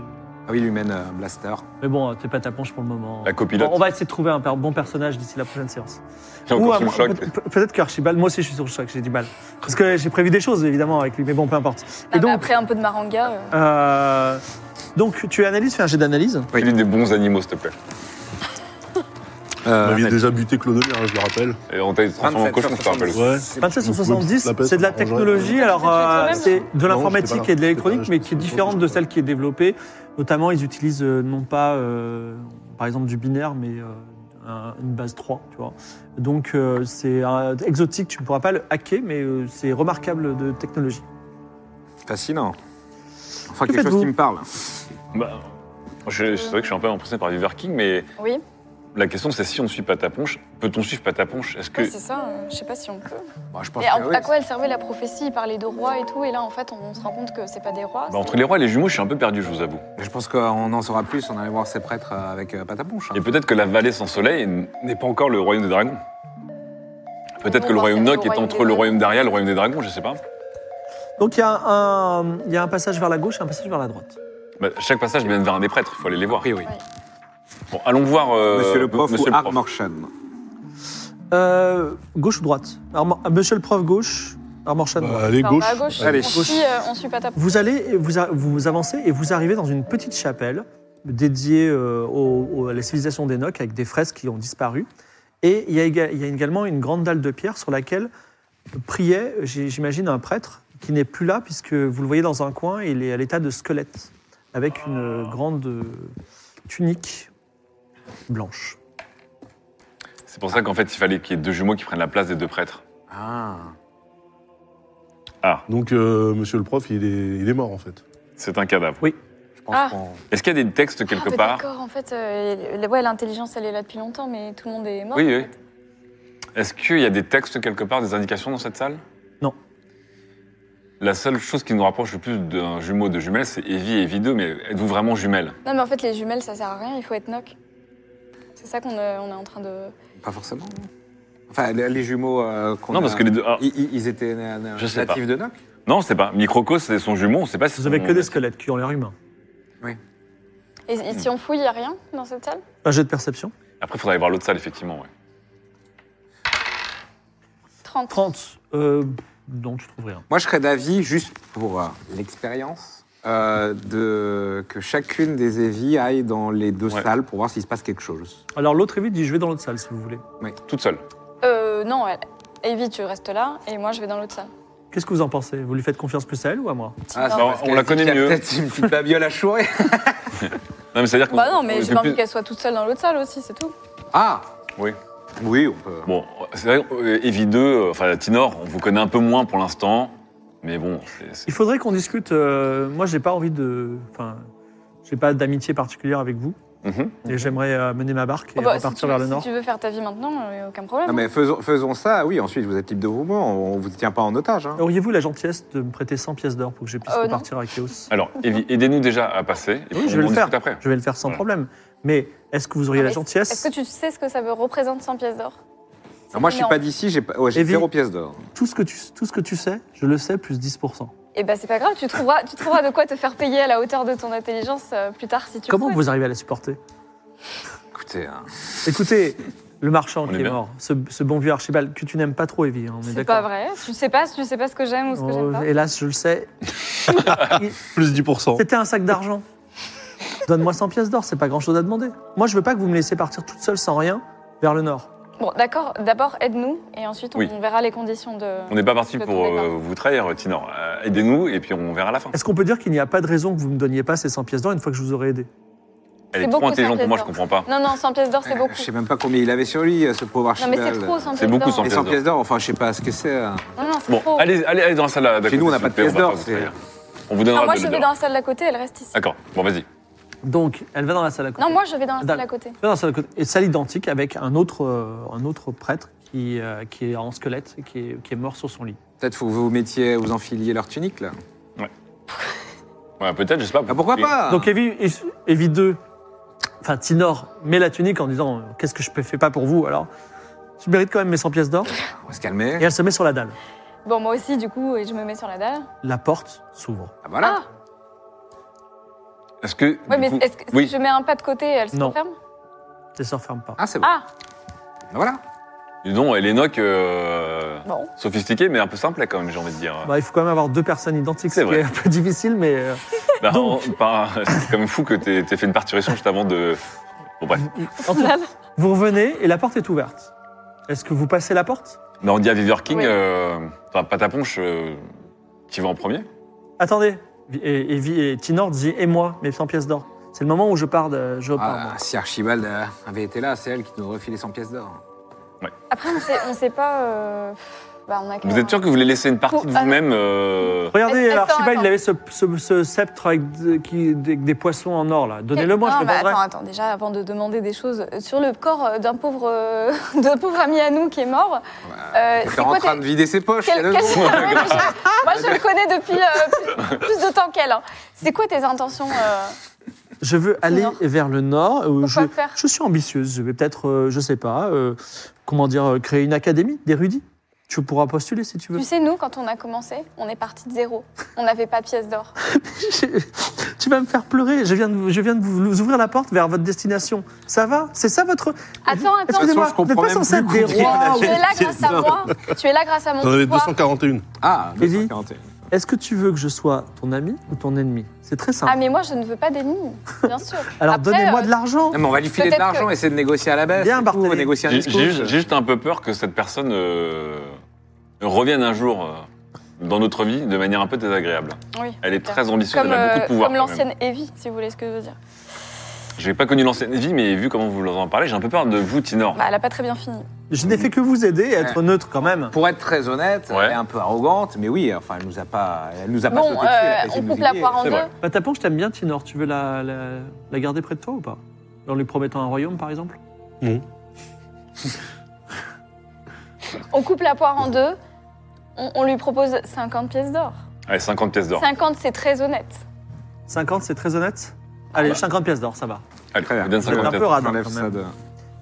Speaker 2: Ah oui, lui mène euh, Blaster.
Speaker 1: Mais bon, t'es pas ta planche pour le moment.
Speaker 4: La copilote.
Speaker 1: Bon, on va essayer de trouver un per- bon personnage d'ici la prochaine séance.
Speaker 4: Tiens,
Speaker 1: Ou
Speaker 4: encore
Speaker 1: à
Speaker 4: sous le
Speaker 1: moi-
Speaker 4: choc.
Speaker 1: peut- peut- Peut-être qu'Archibald, moi aussi je suis sur le choc, j'ai du mal. Parce que j'ai prévu des choses évidemment avec lui, mais bon, peu importe.
Speaker 5: Ah,
Speaker 1: Et
Speaker 5: bah,
Speaker 1: donc,
Speaker 5: Après un peu de maranga. euh,
Speaker 1: euh, donc tu analyses, fais un jet d'analyse.
Speaker 4: Oui. Fais-lui des bons animaux, s'il te plaît.
Speaker 3: Vous
Speaker 2: Euh,
Speaker 3: m'aviez déjà buté Clodomir, hein, je le rappelle.
Speaker 1: Bah,
Speaker 4: Et on t'a transformé en
Speaker 2: 27 sur
Speaker 4: cochon, je te rappelle.
Speaker 2: 70.
Speaker 3: Ouais.
Speaker 2: C'est-
Speaker 1: 27 sur
Speaker 3: Vous pouvez
Speaker 1: 70,
Speaker 3: la pète,
Speaker 1: c'est de la
Speaker 3: en vrai.
Speaker 1: technologie, alors euh,
Speaker 5: Peut-être
Speaker 1: c'est de
Speaker 3: là.
Speaker 1: l'informatique et de l'électronique,
Speaker 3: J'étais pas
Speaker 1: mais
Speaker 3: là,
Speaker 1: qui est
Speaker 3: j'étais
Speaker 1: différente
Speaker 3: pas là.
Speaker 1: de celle qui est développée. Notamment, ils utilisent euh, non pas, euh, par exemple, du binaire, mais euh, un- une base 3, tu vois. Donc euh, c'est euh, exotique, tu ne pourras pas le hacker, mais euh, c'est remarquable de technologie.
Speaker 2: Fascinant. Enfin,
Speaker 1: Que
Speaker 2: quelque chose
Speaker 1: faites-vous
Speaker 2: qui me parle.
Speaker 4: Bah, je- c'est vrai que je suis un peu impressionné par Burger King, mais
Speaker 5: Oui,
Speaker 4: la question, c'est si on ne suit pas ta ponche, peut-on suivre pas ta ponche Est-ce que...
Speaker 5: oui, c'est ça. euh, Je sais pas si on peut.
Speaker 2: Bah, je pense
Speaker 5: Et
Speaker 2: que
Speaker 5: à,
Speaker 2: oui.
Speaker 5: à quoi elle servait la prophétie Il parlait de rois et tout, et là en fait on, on se rend compte que c'est pas des rois.
Speaker 4: Bah, entre les rois et les jumeaux, je suis un peu perdu, je vous avoue.
Speaker 2: Je pense qu'on en saura plus en allant voir ces prêtres euh, avec euh, Pataponche. hein.
Speaker 4: Et peut-être que la vallée sans soleil n- n'est pas encore le royaume des dragons. Peut-être
Speaker 5: Bon,
Speaker 4: que le
Speaker 5: bah,
Speaker 4: royaume
Speaker 5: c'est
Speaker 4: Noc
Speaker 5: le
Speaker 4: est
Speaker 5: royaume
Speaker 4: entre
Speaker 5: des
Speaker 4: le
Speaker 5: dragons.
Speaker 4: royaume d'Aria et le royaume des dragons, je sais pas.
Speaker 1: Donc il y, a un- il y a un passage vers la gauche et un passage vers la droite.
Speaker 4: Bah, chaque passage mène vers un des prêtres, il faut aller les voir.
Speaker 2: Oui, oui.
Speaker 4: Bon, allons voir euh,
Speaker 2: Monsieur le prof
Speaker 4: monsieur
Speaker 2: ou
Speaker 4: le
Speaker 2: Art
Speaker 4: prof.
Speaker 2: Morshan
Speaker 1: Euh, gauche ou droite Arma- Monsieur le prof, gauche. Armorchan, droite.
Speaker 3: Bah, allez,
Speaker 5: Enfin, on
Speaker 3: gauche.
Speaker 5: va à gauche.
Speaker 2: Allez,
Speaker 5: on,
Speaker 2: gauche.
Speaker 5: Suit, euh, on suit pas ta
Speaker 1: Vous allez, vous, a- vous avancez et vous arrivez dans une petite chapelle dédiée euh, au- au- à la civilisation d'Enoch avec des fresques qui ont disparu. Et il y, a, éga- il y a également une grande dalle de pierre sur laquelle priait, j'ai- j'imagine, un prêtre qui n'est plus là puisque vous le voyez dans un coin, il est à l'état de squelette avec une grande euh, tunique blanche.
Speaker 4: C'est pour ça qu'en fait, il fallait qu'il y ait deux jumeaux qui prennent la place des deux prêtres.
Speaker 2: Ah.
Speaker 3: Donc, euh, monsieur le prof, il est, il est mort en fait.
Speaker 4: C'est un cadavre.
Speaker 2: Je pense
Speaker 5: Ah.
Speaker 2: qu'on-
Speaker 4: Est-ce qu'il y a des textes quelque
Speaker 5: Ah, bah,
Speaker 4: part
Speaker 5: D'accord, en fait, euh, et- ouais, l'intelligence elle est là depuis longtemps, mais tout le monde est mort.
Speaker 4: Oui,
Speaker 5: en
Speaker 4: oui.
Speaker 5: fait.
Speaker 4: Est-ce qu'il y a des textes quelque part, des indications dans cette salle
Speaker 1: Non.
Speaker 4: La seule chose qui nous rapproche le plus d'un jumeau de jumelles, c'est Evie et Evie 2, mais êtes-vous vraiment jumelles
Speaker 5: Non, mais en fait, les jumelles, ça sert à rien, il faut être knock. C'est ça qu'on euh, on est en train de.
Speaker 2: Pas forcément. Enfin, les les jumeaux euh, qu'on
Speaker 4: Non, parce
Speaker 2: a-
Speaker 4: que les deux. ah,
Speaker 2: Ils- Ils, ils étaient na- na-
Speaker 4: Je sais pas.
Speaker 2: natifs de Noc
Speaker 4: Non, c'est pas. Microcos, c'est son jumeau, on sait pas si.
Speaker 1: Vous avez
Speaker 4: son-
Speaker 1: que des squelettes qui ont l'air humains.
Speaker 5: Et, et si on fouille, il n'y a rien dans cette salle
Speaker 1: Un jet de perception.
Speaker 4: Après, il faudra aller voir l'autre salle, effectivement, ouais.
Speaker 5: 30.
Speaker 1: 30. Euh, non, tu trouves rien.
Speaker 2: Moi, je serais d'avis, juste pour euh, l'expérience, euh, de que chacune des Evie aille dans les deux
Speaker 4: Ouais.
Speaker 2: salles pour voir s'il se passe quelque chose.
Speaker 1: Alors l'autre évite dit je vais dans l'autre salle si vous voulez.
Speaker 4: Toute seule.
Speaker 5: Euh, non, elle- Evie, tu restes là, et moi, je vais dans l'autre salle.
Speaker 1: Qu'est-ce que vous en pensez Vous lui faites confiance plus à elle ou à moi
Speaker 2: Ah, c'est
Speaker 5: Non.
Speaker 2: parce
Speaker 4: on
Speaker 2: qu'elle
Speaker 4: la
Speaker 2: dit
Speaker 4: connaît
Speaker 2: qu'il y a
Speaker 4: mieux.
Speaker 2: Peut-être une petite babiole à
Speaker 4: <laughs>
Speaker 2: chourer.
Speaker 4: Non, mais c'est-à-dire qu'on.
Speaker 5: Bah non, mais
Speaker 4: on
Speaker 5: j'ai
Speaker 4: était
Speaker 5: pas envie
Speaker 4: plus-
Speaker 5: qu'elle soit toute seule dans l'autre salle aussi, c'est tout.
Speaker 2: Ah
Speaker 4: Oui.
Speaker 2: Oui, on peut.
Speaker 4: Bon, c'est vrai, euh, Evie 2, euh, enfin, Tinor, on vous connaît un peu moins pour l'instant, mais bon, c'est. c'est-
Speaker 1: Il faudrait qu'on discute. euh, moi, j'ai pas envie de. Enfin, j'ai pas d'amitié particulière avec vous
Speaker 4: Mhm.
Speaker 1: et j'aimerais euh, mener ma barque et
Speaker 5: Oh bah, si
Speaker 1: repartir
Speaker 5: tu-
Speaker 1: vers le
Speaker 5: si
Speaker 1: nord.
Speaker 5: tu veux faire ta vie maintenant, euh, aucun problème.
Speaker 2: Non, Ah, mais faisons, faisons ça, oui, ensuite vous êtes libre de vous-même, on ne vous tient pas en otage. hein.
Speaker 1: Auriez-vous la gentillesse de me prêter 100 pièces d'or pour que je puisse
Speaker 5: Euh, non.
Speaker 1: repartir avec Chaos
Speaker 4: Alors, Evie, aidez-nous déjà à passer, et
Speaker 1: Oui,
Speaker 4: puis
Speaker 1: je
Speaker 4: on
Speaker 1: vais le
Speaker 4: en discute
Speaker 1: faire.
Speaker 4: après.
Speaker 1: Je vais le faire sans
Speaker 4: Voilà.
Speaker 1: problème. Mais est-ce que vous auriez
Speaker 5: Non,
Speaker 1: la
Speaker 5: Ah, mais
Speaker 1: gentillesse
Speaker 5: Est-ce que tu sais ce que ça veut représenter 100 pièces d'or
Speaker 2: Alors, Ah, moi, je suis
Speaker 5: Non.
Speaker 2: pas d'ici, j'ai pas- ouais, j'ai
Speaker 1: Evie.
Speaker 2: zéro pièce d'or.
Speaker 1: tout, ce que tu, tout ce que tu sais, je le sais, plus 10%.
Speaker 5: Eh ben, c'est pas grave, tu trouveras, tu trouveras de quoi te faire payer à la hauteur de ton intelligence euh, plus tard si tu
Speaker 1: Comment
Speaker 5: le souhaites.
Speaker 1: vous arrivez à la supporter
Speaker 2: Écoutez, hein,
Speaker 1: Écoutez, le marchand
Speaker 4: On
Speaker 1: qui
Speaker 4: est
Speaker 1: est
Speaker 4: bien.
Speaker 1: mort, ce, ce bon vieux Archibald, que tu n'aimes pas trop, Evie, hein, on est,
Speaker 5: C'est pas
Speaker 1: d'accord
Speaker 5: vrai. Tu sais pas, tu sais pas ce que j'aime ou ce que j'aime
Speaker 1: Oh,
Speaker 5: pas.
Speaker 1: Hélas, je le sais.
Speaker 3: Plus 10%.
Speaker 1: C'était un sac d'argent. Donne-moi 100 pièces d'or, c'est pas grand-chose à demander. Moi, je veux pas que vous me laissiez partir toute seule sans rien vers le nord.
Speaker 5: Bon, d'accord. D'abord, aide-nous et ensuite on,
Speaker 4: Oui.
Speaker 5: on verra les conditions de.
Speaker 4: On n'est pas parti
Speaker 5: Le
Speaker 4: pour
Speaker 5: temps
Speaker 4: euh, vous trahir, Tinor. Euh, Aidez-nous, et puis on verra à la fin.
Speaker 1: Est-ce qu'on peut dire qu'il n'y a pas de raison que vous me donniez pas ces 100 pièces d'or une fois que je vous aurai aidé
Speaker 4: Elle
Speaker 5: C'est
Speaker 4: est
Speaker 5: beaucoup,
Speaker 4: trop intelligente pour moi, je
Speaker 5: Saint-Pierre.
Speaker 4: comprends pas.
Speaker 5: Non, non, 100 pièces d'or, c'est
Speaker 2: euh,
Speaker 5: beaucoup.
Speaker 2: je sais même pas combien il avait sur lui, euh, ce pauvre
Speaker 5: Non,
Speaker 2: Archibald.
Speaker 5: mais c'est trop 100 pièces d'or.
Speaker 4: C'est beaucoup, 100
Speaker 2: Et 100 pièces d'or, enfin, je sais pas ce que c'est. hein.
Speaker 5: Non, non, c'est
Speaker 4: Bon,
Speaker 5: trop.
Speaker 4: allez, allez, allez dans la salle euh, d'à côté,
Speaker 2: nous, on n'a
Speaker 4: s'il
Speaker 2: pas
Speaker 4: vous
Speaker 2: de pièce
Speaker 4: plaît, on va
Speaker 2: d'or,
Speaker 4: pas vous
Speaker 2: c'est-
Speaker 4: trahir. On vous
Speaker 5: Non,
Speaker 4: donnera
Speaker 5: moi
Speaker 4: de
Speaker 5: je
Speaker 4: l'aide
Speaker 5: vais dans
Speaker 4: d'or.
Speaker 5: la salle d'à côté, elle reste ici.
Speaker 4: D'accord, bon, bah, vas-y.
Speaker 1: Donc, elle va dans la salle à côté.
Speaker 5: Non, moi je vais dans la salle
Speaker 1: D'accord.
Speaker 5: d'à côté.
Speaker 1: Elle va dans la salle à côté. Et salle identique avec un autre, euh, un autre prêtre qui, euh, qui est en squelette, et qui est, qui est mort sur son lit.
Speaker 2: Peut-être faut que vous mettiez, vous enfiliez leur tunique, là.
Speaker 4: Ouais, peut-être, je sais pas.
Speaker 2: Ah, pourquoi
Speaker 4: Et-
Speaker 2: pas
Speaker 1: Donc, Evie, Evie 2, enfin Tinor, met la tunique en disant « Qu'est-ce que je fais pas pour vous, alors ?» Tu mérites quand même mes 100 pièces d'or.
Speaker 2: On va se
Speaker 1: Et
Speaker 2: calmer.
Speaker 1: elle se met sur la dalle.
Speaker 5: Bon, moi aussi, du coup, et je me mets sur la dalle.
Speaker 1: La porte s'ouvre.
Speaker 2: Ah, voilà.
Speaker 5: Ah,
Speaker 4: Est-ce que.
Speaker 5: ouais,
Speaker 4: du
Speaker 5: mais
Speaker 4: coup-
Speaker 5: est-ce que si
Speaker 4: Oui,
Speaker 5: je mets un pas de côté, elle se
Speaker 1: Non.
Speaker 5: referme
Speaker 1: Elle se referme pas.
Speaker 2: Ah, c'est bon.
Speaker 5: Ah,
Speaker 2: Ah, Voilà.
Speaker 4: dis donc, elle est noc. euh,
Speaker 5: bon.
Speaker 4: Sophistiquée, mais un peu simple, quand même, j'ai envie de dire.
Speaker 1: Bah, il faut quand même avoir deux personnes identiques,
Speaker 4: C'est
Speaker 1: ce qui
Speaker 4: vrai.
Speaker 1: est un peu difficile, mais euh,
Speaker 4: Bah,
Speaker 1: donc-
Speaker 4: en- par- <laughs> C'est quand même fou que t'aies t'aies fait une parturition juste avant de. Bon, bref.
Speaker 1: en tout cas, vous revenez et la porte est ouverte. Est-ce que vous passez la porte
Speaker 4: Mais Bah, on dit à Viver King,
Speaker 5: Oui.
Speaker 4: euh, enfin, pas ta ponche, euh, qui va en premier
Speaker 1: Attendez, et, et- et Tinor dit et moi mes 100 pièces d'or. C'est le moment où je pars, de-
Speaker 5: Oh,
Speaker 1: je repars.
Speaker 2: Ah,
Speaker 1: moi.
Speaker 2: si Archibald euh, avait été là, c'est elle qui nous refilait 100 pièces d'or.
Speaker 5: Euh, Après, on sait, on sait pas. euh, Bah, on a qu'à-
Speaker 4: Vous êtes sûr que vous voulez laisser une partie
Speaker 5: Oh,
Speaker 4: de
Speaker 5: ah.
Speaker 4: vous-même euh,
Speaker 1: Regardez,
Speaker 5: Attends,
Speaker 1: Archibald, il
Speaker 5: attends.
Speaker 1: avait ce, ce- ce sceptre avec, de- qui- avec des poissons en or là. Donnez-le-moi,
Speaker 5: Non,
Speaker 1: je le
Speaker 5: mais
Speaker 1: vendrai.
Speaker 5: bah, Attends, attends, déjà, avant de demander des choses, euh, sur le corps euh, d'un pauvre, euh, <laughs> d'un pauvre ami à nous qui est mort, euh,
Speaker 2: Il
Speaker 5: c'est
Speaker 2: était en
Speaker 5: quoi
Speaker 2: train
Speaker 5: tes-
Speaker 2: de vider ses poches. il y
Speaker 5: quel-
Speaker 2: a deux
Speaker 5: quel-
Speaker 2: secondes.
Speaker 5: Ouais, mais je- <laughs> Moi, je le connais depuis euh, plus, plus de temps qu'elle. hein. C'est quoi tes intentions euh,
Speaker 1: Je veux aller
Speaker 5: Nord.
Speaker 1: vers le nord. euh, je,
Speaker 5: Pourquoi faire
Speaker 1: je suis ambitieuse. Je vais peut-être, euh, je sais pas, euh, comment dire, euh, créer une académie d'érudits. Tu pourras postuler si tu veux.
Speaker 5: Tu sais, nous, quand on a commencé, on est parti de zéro. On n'avait pas de pièce d'or.
Speaker 1: <laughs> tu vas me faire pleurer. Je viens de, vous- je viens de vous, vous ouvrir la porte vers votre destination. Ça va C'est ça votre.
Speaker 5: Attends, attends.
Speaker 2: De toute
Speaker 1: Excusez-moi,
Speaker 2: façon, je
Speaker 1: vous n'êtes
Speaker 2: comprends
Speaker 1: pas
Speaker 2: même
Speaker 1: censé être
Speaker 2: plus
Speaker 1: des
Speaker 2: qu'on dit
Speaker 1: rois.
Speaker 2: qu'on a
Speaker 1: ou-
Speaker 5: Tu es là grâce à
Speaker 2: d'or.
Speaker 5: moi. Tu es là grâce à mon
Speaker 3: T'en avais
Speaker 5: pouvoir.
Speaker 3: 241.
Speaker 2: Ah,
Speaker 1: Evie.
Speaker 2: 241.
Speaker 1: Est-ce que tu veux que je sois ton ami ou ton ennemi C'est très simple.
Speaker 5: Ah, mais moi, je ne veux pas d'ennemis, bien sûr.
Speaker 1: Alors
Speaker 5: Après,
Speaker 1: donnez-moi
Speaker 5: euh,
Speaker 1: de l'argent.
Speaker 2: Non, mais on va lui filer de
Speaker 5: Peut-être
Speaker 2: l'argent,
Speaker 5: que-
Speaker 2: essayer de négocier à la baisse.
Speaker 1: Bien,
Speaker 2: et tout, on va
Speaker 1: Barthélémy.
Speaker 2: négocier un
Speaker 4: J'ai
Speaker 2: discours.
Speaker 4: j'ai juste, j'ai juste un peu peur que cette personne euh, revienne un jour euh, dans notre vie de manière un peu désagréable.
Speaker 5: Oui.
Speaker 4: Elle est
Speaker 5: Super.
Speaker 4: très ambitieuse,
Speaker 5: Comme,
Speaker 4: elle a beaucoup
Speaker 5: euh,
Speaker 4: de pouvoir.
Speaker 5: comme
Speaker 4: quand même.
Speaker 5: l'ancienne Evie, si vous voulez ce que je veux dire.
Speaker 4: J'ai pas connu l'ancienne vie, mais vu comment vous en parlez, j'ai un peu peur de vous, Tinor.
Speaker 5: Bah, elle a pas très bien fini.
Speaker 1: Je n'ai fait que vous aider à être neutre quand même.
Speaker 2: Pour être très honnête,
Speaker 4: Ouais.
Speaker 2: elle est un peu arrogante, mais oui, enfin, elle nous a pas, elle nous a pas
Speaker 5: Bon,
Speaker 2: sauté dessus, elle a
Speaker 5: euh,
Speaker 2: pas essayé
Speaker 5: on
Speaker 2: de
Speaker 5: coupe
Speaker 2: nous
Speaker 5: la
Speaker 2: humilier.
Speaker 5: poire en
Speaker 4: C'est
Speaker 5: deux.
Speaker 4: vrai.
Speaker 1: Bah, ta planche, t'aimes bien Tinor. Tu veux la, la- la garder près de toi ou pas En lui promettant un royaume par exemple
Speaker 5: On coupe la poire en deux. On, on lui propose 50 pièces d'or.
Speaker 4: Allez, 50 pièces d'or.
Speaker 5: 50, c'est très honnête.
Speaker 1: 50, c'est très honnête
Speaker 5: Ah
Speaker 1: Allez,
Speaker 4: Bah.
Speaker 1: 50 pièces d'or, ça va.
Speaker 4: Allez,
Speaker 2: Très bien.
Speaker 4: on donne
Speaker 1: Vous êtes
Speaker 4: 50
Speaker 1: un
Speaker 4: pièces
Speaker 1: peu radin
Speaker 2: J'enlève
Speaker 1: quand
Speaker 2: ça
Speaker 1: même.
Speaker 2: de...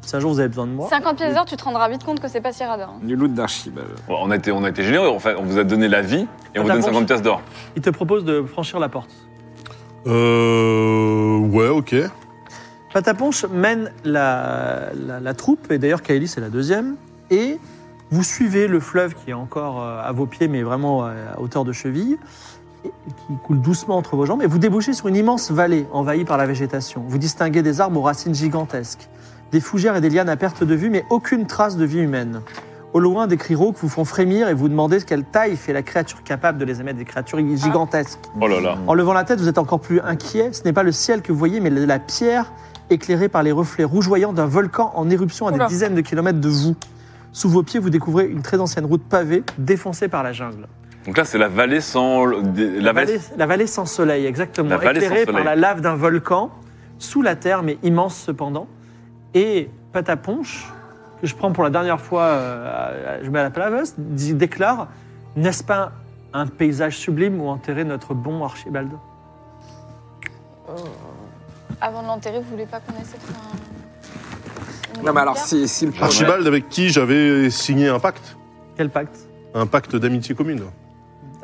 Speaker 1: Si un jour vous avez besoin de moi.
Speaker 5: 50 pièces d'or, tu te rendras vite compte que c'est pas si radin. hein.
Speaker 2: du loot d'archibald.
Speaker 4: Bon, on, a été, on a été généreux, en fait. On vous a donné la vie et on vous
Speaker 1: T'as
Speaker 4: donne
Speaker 1: bon-
Speaker 4: 50 pièces d'or.
Speaker 1: Il te propose de franchir la porte.
Speaker 3: Euh. Ouais, ok.
Speaker 1: Pataponche mène la, la- la troupe, et d'ailleurs Kaeli c'est la deuxième, et vous suivez le fleuve qui est encore euh, à vos pieds, mais vraiment euh, à hauteur de cheville, et qui coule doucement entre vos jambes, et vous débouchez sur une immense vallée envahie par la végétation. Vous distinguez des arbres aux racines gigantesques, des fougères et des lianes à perte de vue, mais aucune trace de vie humaine. Au loin, des cris rauques vous font frémir et vous demandez quelle taille fait la créature capable de les émettre, des créatures gigantesques.
Speaker 4: Oh là là.
Speaker 1: En levant la tête, vous êtes encore plus inquiet. Ce n'est pas le ciel que vous voyez, mais la pierre éclairée par les reflets rougeoyants d'un volcan en éruption à des
Speaker 5: Oula.
Speaker 1: dizaines de kilomètres de vous. Sous vos pieds, vous découvrez une très ancienne route pavée, défoncée par la jungle.
Speaker 4: Donc là, c'est la vallée sans. le- des- La vallée.
Speaker 1: vallée, la vallée sans soleil, exactement.
Speaker 4: La vallée sans
Speaker 1: éclairée par
Speaker 4: soleil.
Speaker 1: la lave d'un volcan, sous la terre, mais immense cependant. Et Pataponche, que je prends pour la dernière fois, euh, à- je mets à la place, dit- déclare N'est-ce pas un paysage sublime où enterrer notre bon Archibald
Speaker 5: Avant de l'enterrer, vous voulez pas qu'on essaie de faire un. une
Speaker 2: Non, mais alors,
Speaker 5: pierre
Speaker 2: si, si le projet.
Speaker 3: Archibald, avec qui j'avais signé un pacte.
Speaker 1: Quel pacte
Speaker 3: Un pacte d'amitié commune.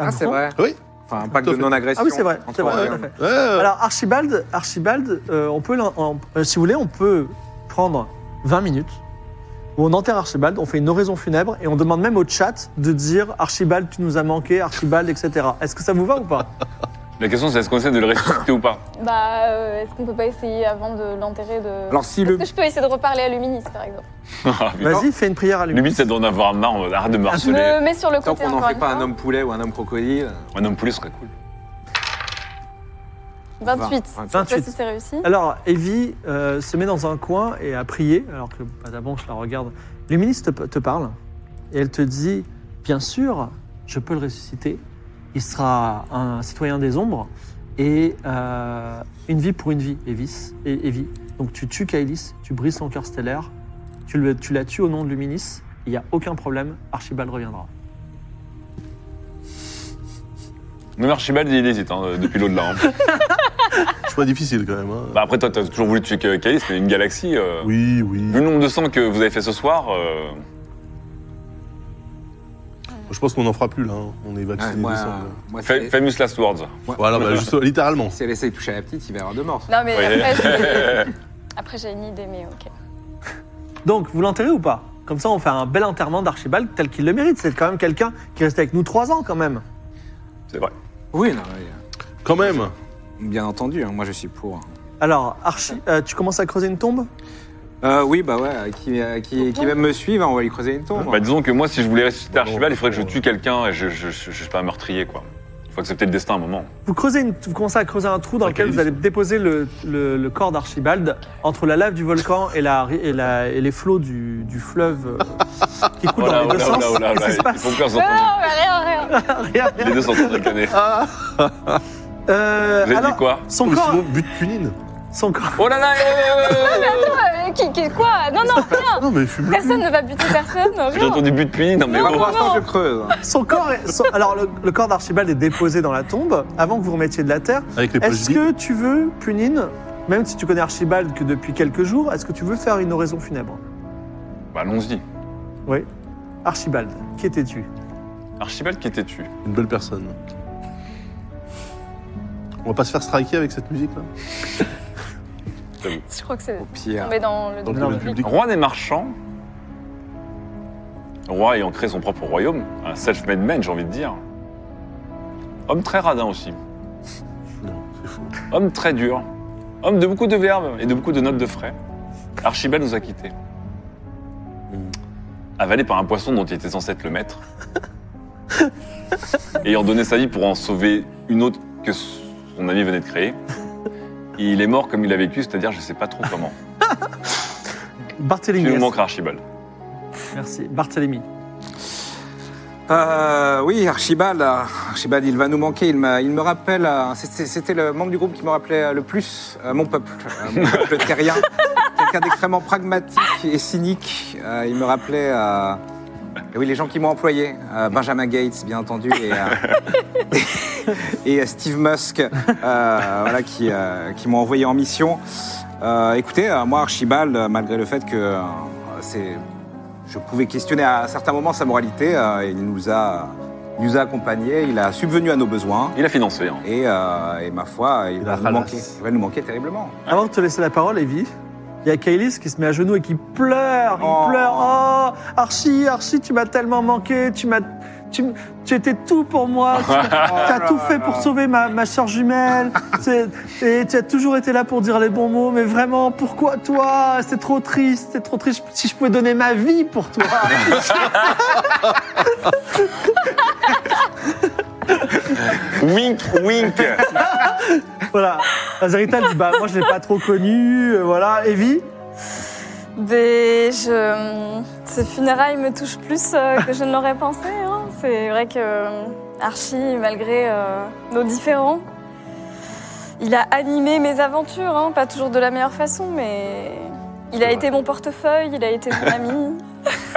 Speaker 1: Ah,
Speaker 2: Ah, c'est
Speaker 1: bon
Speaker 2: vrai.
Speaker 3: Oui.
Speaker 2: Enfin, un pacte
Speaker 3: Tout à
Speaker 2: de
Speaker 3: fait.
Speaker 2: non-agression.
Speaker 1: Ah oui, c'est vrai,
Speaker 2: entre
Speaker 1: c'est vrai,
Speaker 2: royaumes.
Speaker 1: tout à fait.
Speaker 3: Ouais.
Speaker 1: Alors Archibald, Archibald euh, on peut, l'en- en- euh, si vous voulez, on peut prendre 20 minutes où on enterre Archibald, on fait une oraison funèbre et on demande même au chat de dire Archibald, tu nous as manqué, Archibald, etc. Est-ce que ça vous va ou pas
Speaker 4: La question, c'est est-ce qu'on essaie de le ressusciter ou pas
Speaker 5: Bah, euh, est-ce qu'on peut pas essayer avant de l'enterrer de.
Speaker 2: Alors, si
Speaker 5: Est-ce
Speaker 2: le.
Speaker 5: que je peux essayer de reparler à Luminis, par exemple
Speaker 4: <laughs> Ah, putain.
Speaker 1: Vas-y, fais une prière à lui.
Speaker 4: Limite, c'est d'en avoir marre, on arrête de me
Speaker 5: Je
Speaker 4: harceler.
Speaker 5: me mets sur le
Speaker 2: Tant
Speaker 5: côté
Speaker 2: qu'on n'en
Speaker 5: encore
Speaker 2: fait
Speaker 5: une
Speaker 2: pas un
Speaker 5: fois.
Speaker 2: homme poulet ou un homme crocodile. euh,
Speaker 4: Un homme poulet serait cool.
Speaker 2: vingt-
Speaker 5: 28.
Speaker 2: vingt-
Speaker 5: Je sais pas
Speaker 1: 28.
Speaker 5: si c'est réussi.
Speaker 1: Alors Evie euh, se met dans un coin et à prier, alors que Patabonche la regarde. Luminis te, te parle et elle te dit, bien sûr, je peux le ressusciter. Il sera un citoyen des ombres et euh, une vie pour une vie, Evis, et Evie. Donc tu tues Kailis, tu brises son cœur stellaire, tu, le- tu la tues au nom de Luminis. Il n'y a aucun problème, Archibald reviendra.
Speaker 4: Même Archibald, il hésite hein, depuis l'au-delà. hein.
Speaker 3: Choix difficile quand même. hein.
Speaker 4: Bah après, toi, t'as toujours voulu tuer Ka- Kaïs, mais une galaxie. euh,
Speaker 3: Oui, oui.
Speaker 4: Vu le nombre de sang que vous avez fait ce soir, euh,
Speaker 3: Je pense qu'on n'en fera plus là. hein. On est
Speaker 2: Ouais,
Speaker 3: vacciné
Speaker 2: moi,
Speaker 3: décembre.
Speaker 2: moi, si
Speaker 4: fa-
Speaker 2: elle-
Speaker 4: Famous Last Words.
Speaker 2: moi-
Speaker 3: Voilà, bah, juste, littéralement.
Speaker 2: Si elle essaye de toucher à la petite, il verra deux morts.
Speaker 5: Non, mais
Speaker 4: Ouais.
Speaker 2: <laughs>
Speaker 5: après, je- après, j'ai une idée, mais ok.
Speaker 1: Donc, vous l'enterrez ou pas Comme ça, on fait un bel enterrement d'Archibald tel qu'il le mérite. C'est quand même quelqu'un qui reste avec nous trois ans quand même.
Speaker 4: C'est vrai.
Speaker 2: Oui, non, oui.
Speaker 3: Quand même.
Speaker 2: bien entendu, hein, moi je suis pour.
Speaker 1: Alors, Archie, euh, tu commences à creuser une tombe
Speaker 2: Euh, oui, bah ouais, euh, qui, euh, qui, qui même me suivre, hein, on va lui creuser une tombe.
Speaker 4: Bah, disons que moi, si je voulais ressusciter Archibald, il faudrait que je
Speaker 3: bon,
Speaker 4: tue quelqu'un et je, je, je- je suis pas un meurtrier, quoi. Il faut accepter le destin à un moment.
Speaker 1: vous, creusez une- vous commencez à creuser un trou dans
Speaker 4: Ah,
Speaker 1: lequel
Speaker 4: quelle
Speaker 1: vous allez déposer le, le- le corps d'Archibald entre la lave du volcan et, la, et, la- et les flots du, du fleuve euh, qui
Speaker 4: Oh
Speaker 1: coule dans les deux sens. Qu'est-ce qui se
Speaker 4: Il
Speaker 1: passe
Speaker 4: faut peur
Speaker 5: Non, non, Oh, mais rien, rien.
Speaker 1: Rien, rien.
Speaker 4: Les deux sont en train de déconner. Vous
Speaker 1: Euh,
Speaker 4: avez
Speaker 1: Ah, alors,
Speaker 4: dit quoi
Speaker 1: son
Speaker 3: Comme
Speaker 1: corps,
Speaker 3: sinon, but cunine.
Speaker 1: son corps,
Speaker 4: Oh là là eh,
Speaker 5: Euh, qui, qui- quoi Non, non,
Speaker 3: Non, mais fume
Speaker 5: personne ne va buter personne.
Speaker 4: J'ai
Speaker 5: rien.
Speaker 4: entendu but de puni, non eh, mais
Speaker 2: Moi,
Speaker 4: oh.
Speaker 2: pour l'instant, je creuse. hein.
Speaker 1: son corps est- son- alors le, le corps d'Archibald est déposé dans la tombe avant que vous remettiez de la terre.
Speaker 3: Avec les poches
Speaker 1: Est-ce
Speaker 3: vides.
Speaker 1: que tu veux, Punine, même si tu connais Archibald que depuis quelques jours, est-ce que tu veux faire une oraison funèbre
Speaker 4: Bah allons-y.
Speaker 1: Archibald, qui étais-tu
Speaker 4: Archibald, qui t'es-tu
Speaker 3: Une belle personne. On va pas se faire striker avec cette musique là
Speaker 5: Je crois que c'est
Speaker 2: Au pire.
Speaker 5: tombé dans le
Speaker 3: Dans
Speaker 1: Non,
Speaker 3: le
Speaker 1: mais-
Speaker 3: public.
Speaker 4: Roi des marchands. Roi ayant créé son propre royaume. Un self-made man, j'ai envie de dire. Homme très radin aussi.
Speaker 3: Non, c'est faux.
Speaker 4: Homme très dur. Homme de beaucoup de verbes et de beaucoup de notes de frais. Archibald nous a quittés.
Speaker 1: Hmm.
Speaker 4: Avalé par un poisson dont il était censé être
Speaker 1: <laughs>
Speaker 4: le maître. Ayant donné sa vie pour en sauver une autre que son ami venait de créer. Il est mort comme il a vécu, c'est-à-dire je sais pas trop
Speaker 1: <laughs>
Speaker 4: comment. Tu
Speaker 1: Barthélemy.
Speaker 4: nous manques Archibald.
Speaker 1: Merci. Barthélemy.
Speaker 2: Euh, oui, Archibald, euh, Archibald, il va nous manquer. Il, m'a- il me rappelle, euh, c'était c'était le membre du groupe qui me rappelait euh, le plus euh, mon peuple, euh, mon peuple terrien. Quelqu'un d'extrêmement pragmatique et cynique. Euh, il me rappelait euh, Et oui, les gens qui m'ont employé, euh, Benjamin Gates, bien entendu, et, euh, <laughs> et, euh, Steve Musk, euh, voilà, qui, euh, qui m'ont envoyé en mission. Euh, écoutez, euh, moi, Archibald, euh, malgré le fait que euh, c'est, je pouvais questionner à certains moments sa moralité, euh, il nous a, il nous a accompagnés, il a subvenu à nos besoins.
Speaker 4: Il a financé. hein.
Speaker 2: Et, euh, et ma foi, il,
Speaker 3: Il
Speaker 2: va
Speaker 3: a
Speaker 2: nous
Speaker 3: ralasse.
Speaker 2: manquer. Il va nous manquer terriblement.
Speaker 1: Avant de te laisser la parole, Evie, il y a Kailis qui se met à genoux et qui pleure. Il
Speaker 2: Oh.
Speaker 1: pleure. Oh, Archie, Archie, tu m'as tellement manqué. Tu m'as. Tu, m- tu étais tout pour moi. Tu as tout fait pour sauver ma, ma soeur jumelle. C'est- et tu as toujours été là pour dire les bons mots. Mais vraiment, pourquoi toi C'est trop triste. C'est trop triste. Si je pouvais donner ma vie pour toi.
Speaker 4: Wink, wink.
Speaker 1: voilà. Azerita dit Bah, moi, je l'ai pas trop connu. euh, Voilà. Evie,
Speaker 5: Ben, je... Ces funérailles me touchent plus euh, que je ne l'aurais pensé. hein. C'est vrai que euh, Archie, malgré euh, nos différends, il a animé mes aventures, hein. pas toujours de la meilleure façon, mais il a été mon portefeuille, il a été mon ami,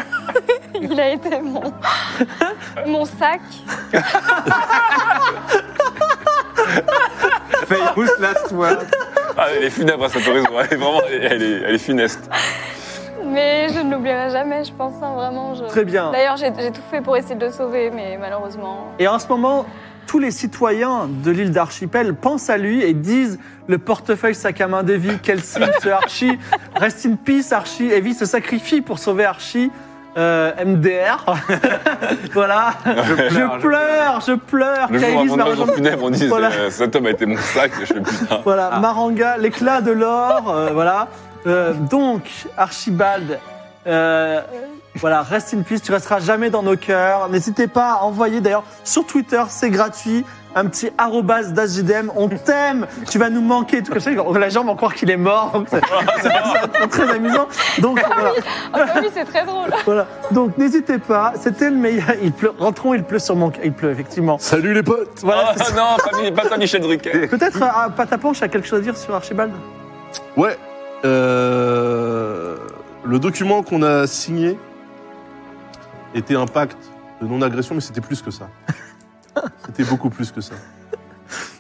Speaker 1: <laughs>
Speaker 5: il a été mon, mon sac.
Speaker 2: Famous last word.
Speaker 4: Ah, elle est funèbre à cette horizon. Elle est vraiment, elle est, elle est funeste.
Speaker 5: Mais je ne l'oublierai jamais, je pense, hein, vraiment. je-
Speaker 1: très bien.
Speaker 5: D'ailleurs, j'ai j'ai tout fait pour essayer de le sauver, mais malheureusement.
Speaker 1: Et en ce moment, tous les citoyens de l'île d'Archipel pensent à lui et disent le portefeuille sac à main d'Evie, quel signe ce Archie, rest in peace Archie, Evie se sacrifie pour sauver Archie. Euh, MDR, <laughs> voilà. Je pleure, je pleure.
Speaker 4: Le jour
Speaker 1: Kailis
Speaker 4: avant
Speaker 1: m'a
Speaker 4: de
Speaker 1: rejoint.
Speaker 4: l'horizon funèbre, on dit
Speaker 1: Voilà.
Speaker 4: euh, cet homme a été mon sac. Je fais putain.
Speaker 1: Voilà, Maranga, l'éclat de l'or, euh, voilà. Euh, donc, Archibald, euh, voilà, reste in peace, tu resteras jamais dans nos cœurs. N'hésitez pas à envoyer, d'ailleurs, sur Twitter, c'est gratuit, un petit arrobas d'Asgidem, on t'aime, tu vas nous manquer, tout comme ça. Oh, La jambe en croire qu'il est mort, donc c'est c'est très amusant. Donc, voilà.
Speaker 5: Ah oui, c'est très drôle.
Speaker 1: voilà. Donc, n'hésitez pas, c'était le meilleur. Il pleut, rentrons, il pleut sur mon cœur, il pleut, effectivement.
Speaker 3: Salut les potes
Speaker 1: Voilà, c'est
Speaker 4: Ah,
Speaker 1: ça.
Speaker 4: non, pas, mi- pas toi,
Speaker 2: <laughs>
Speaker 4: Michel Drucker.
Speaker 1: Peut-être, euh, Pataponche a quelque chose à dire sur Archibald
Speaker 3: Ouais. euh, le document qu'on a signé était un pacte de non-agression, mais c'était plus
Speaker 1: <laughs>
Speaker 3: que ça. C'était beaucoup plus que ça.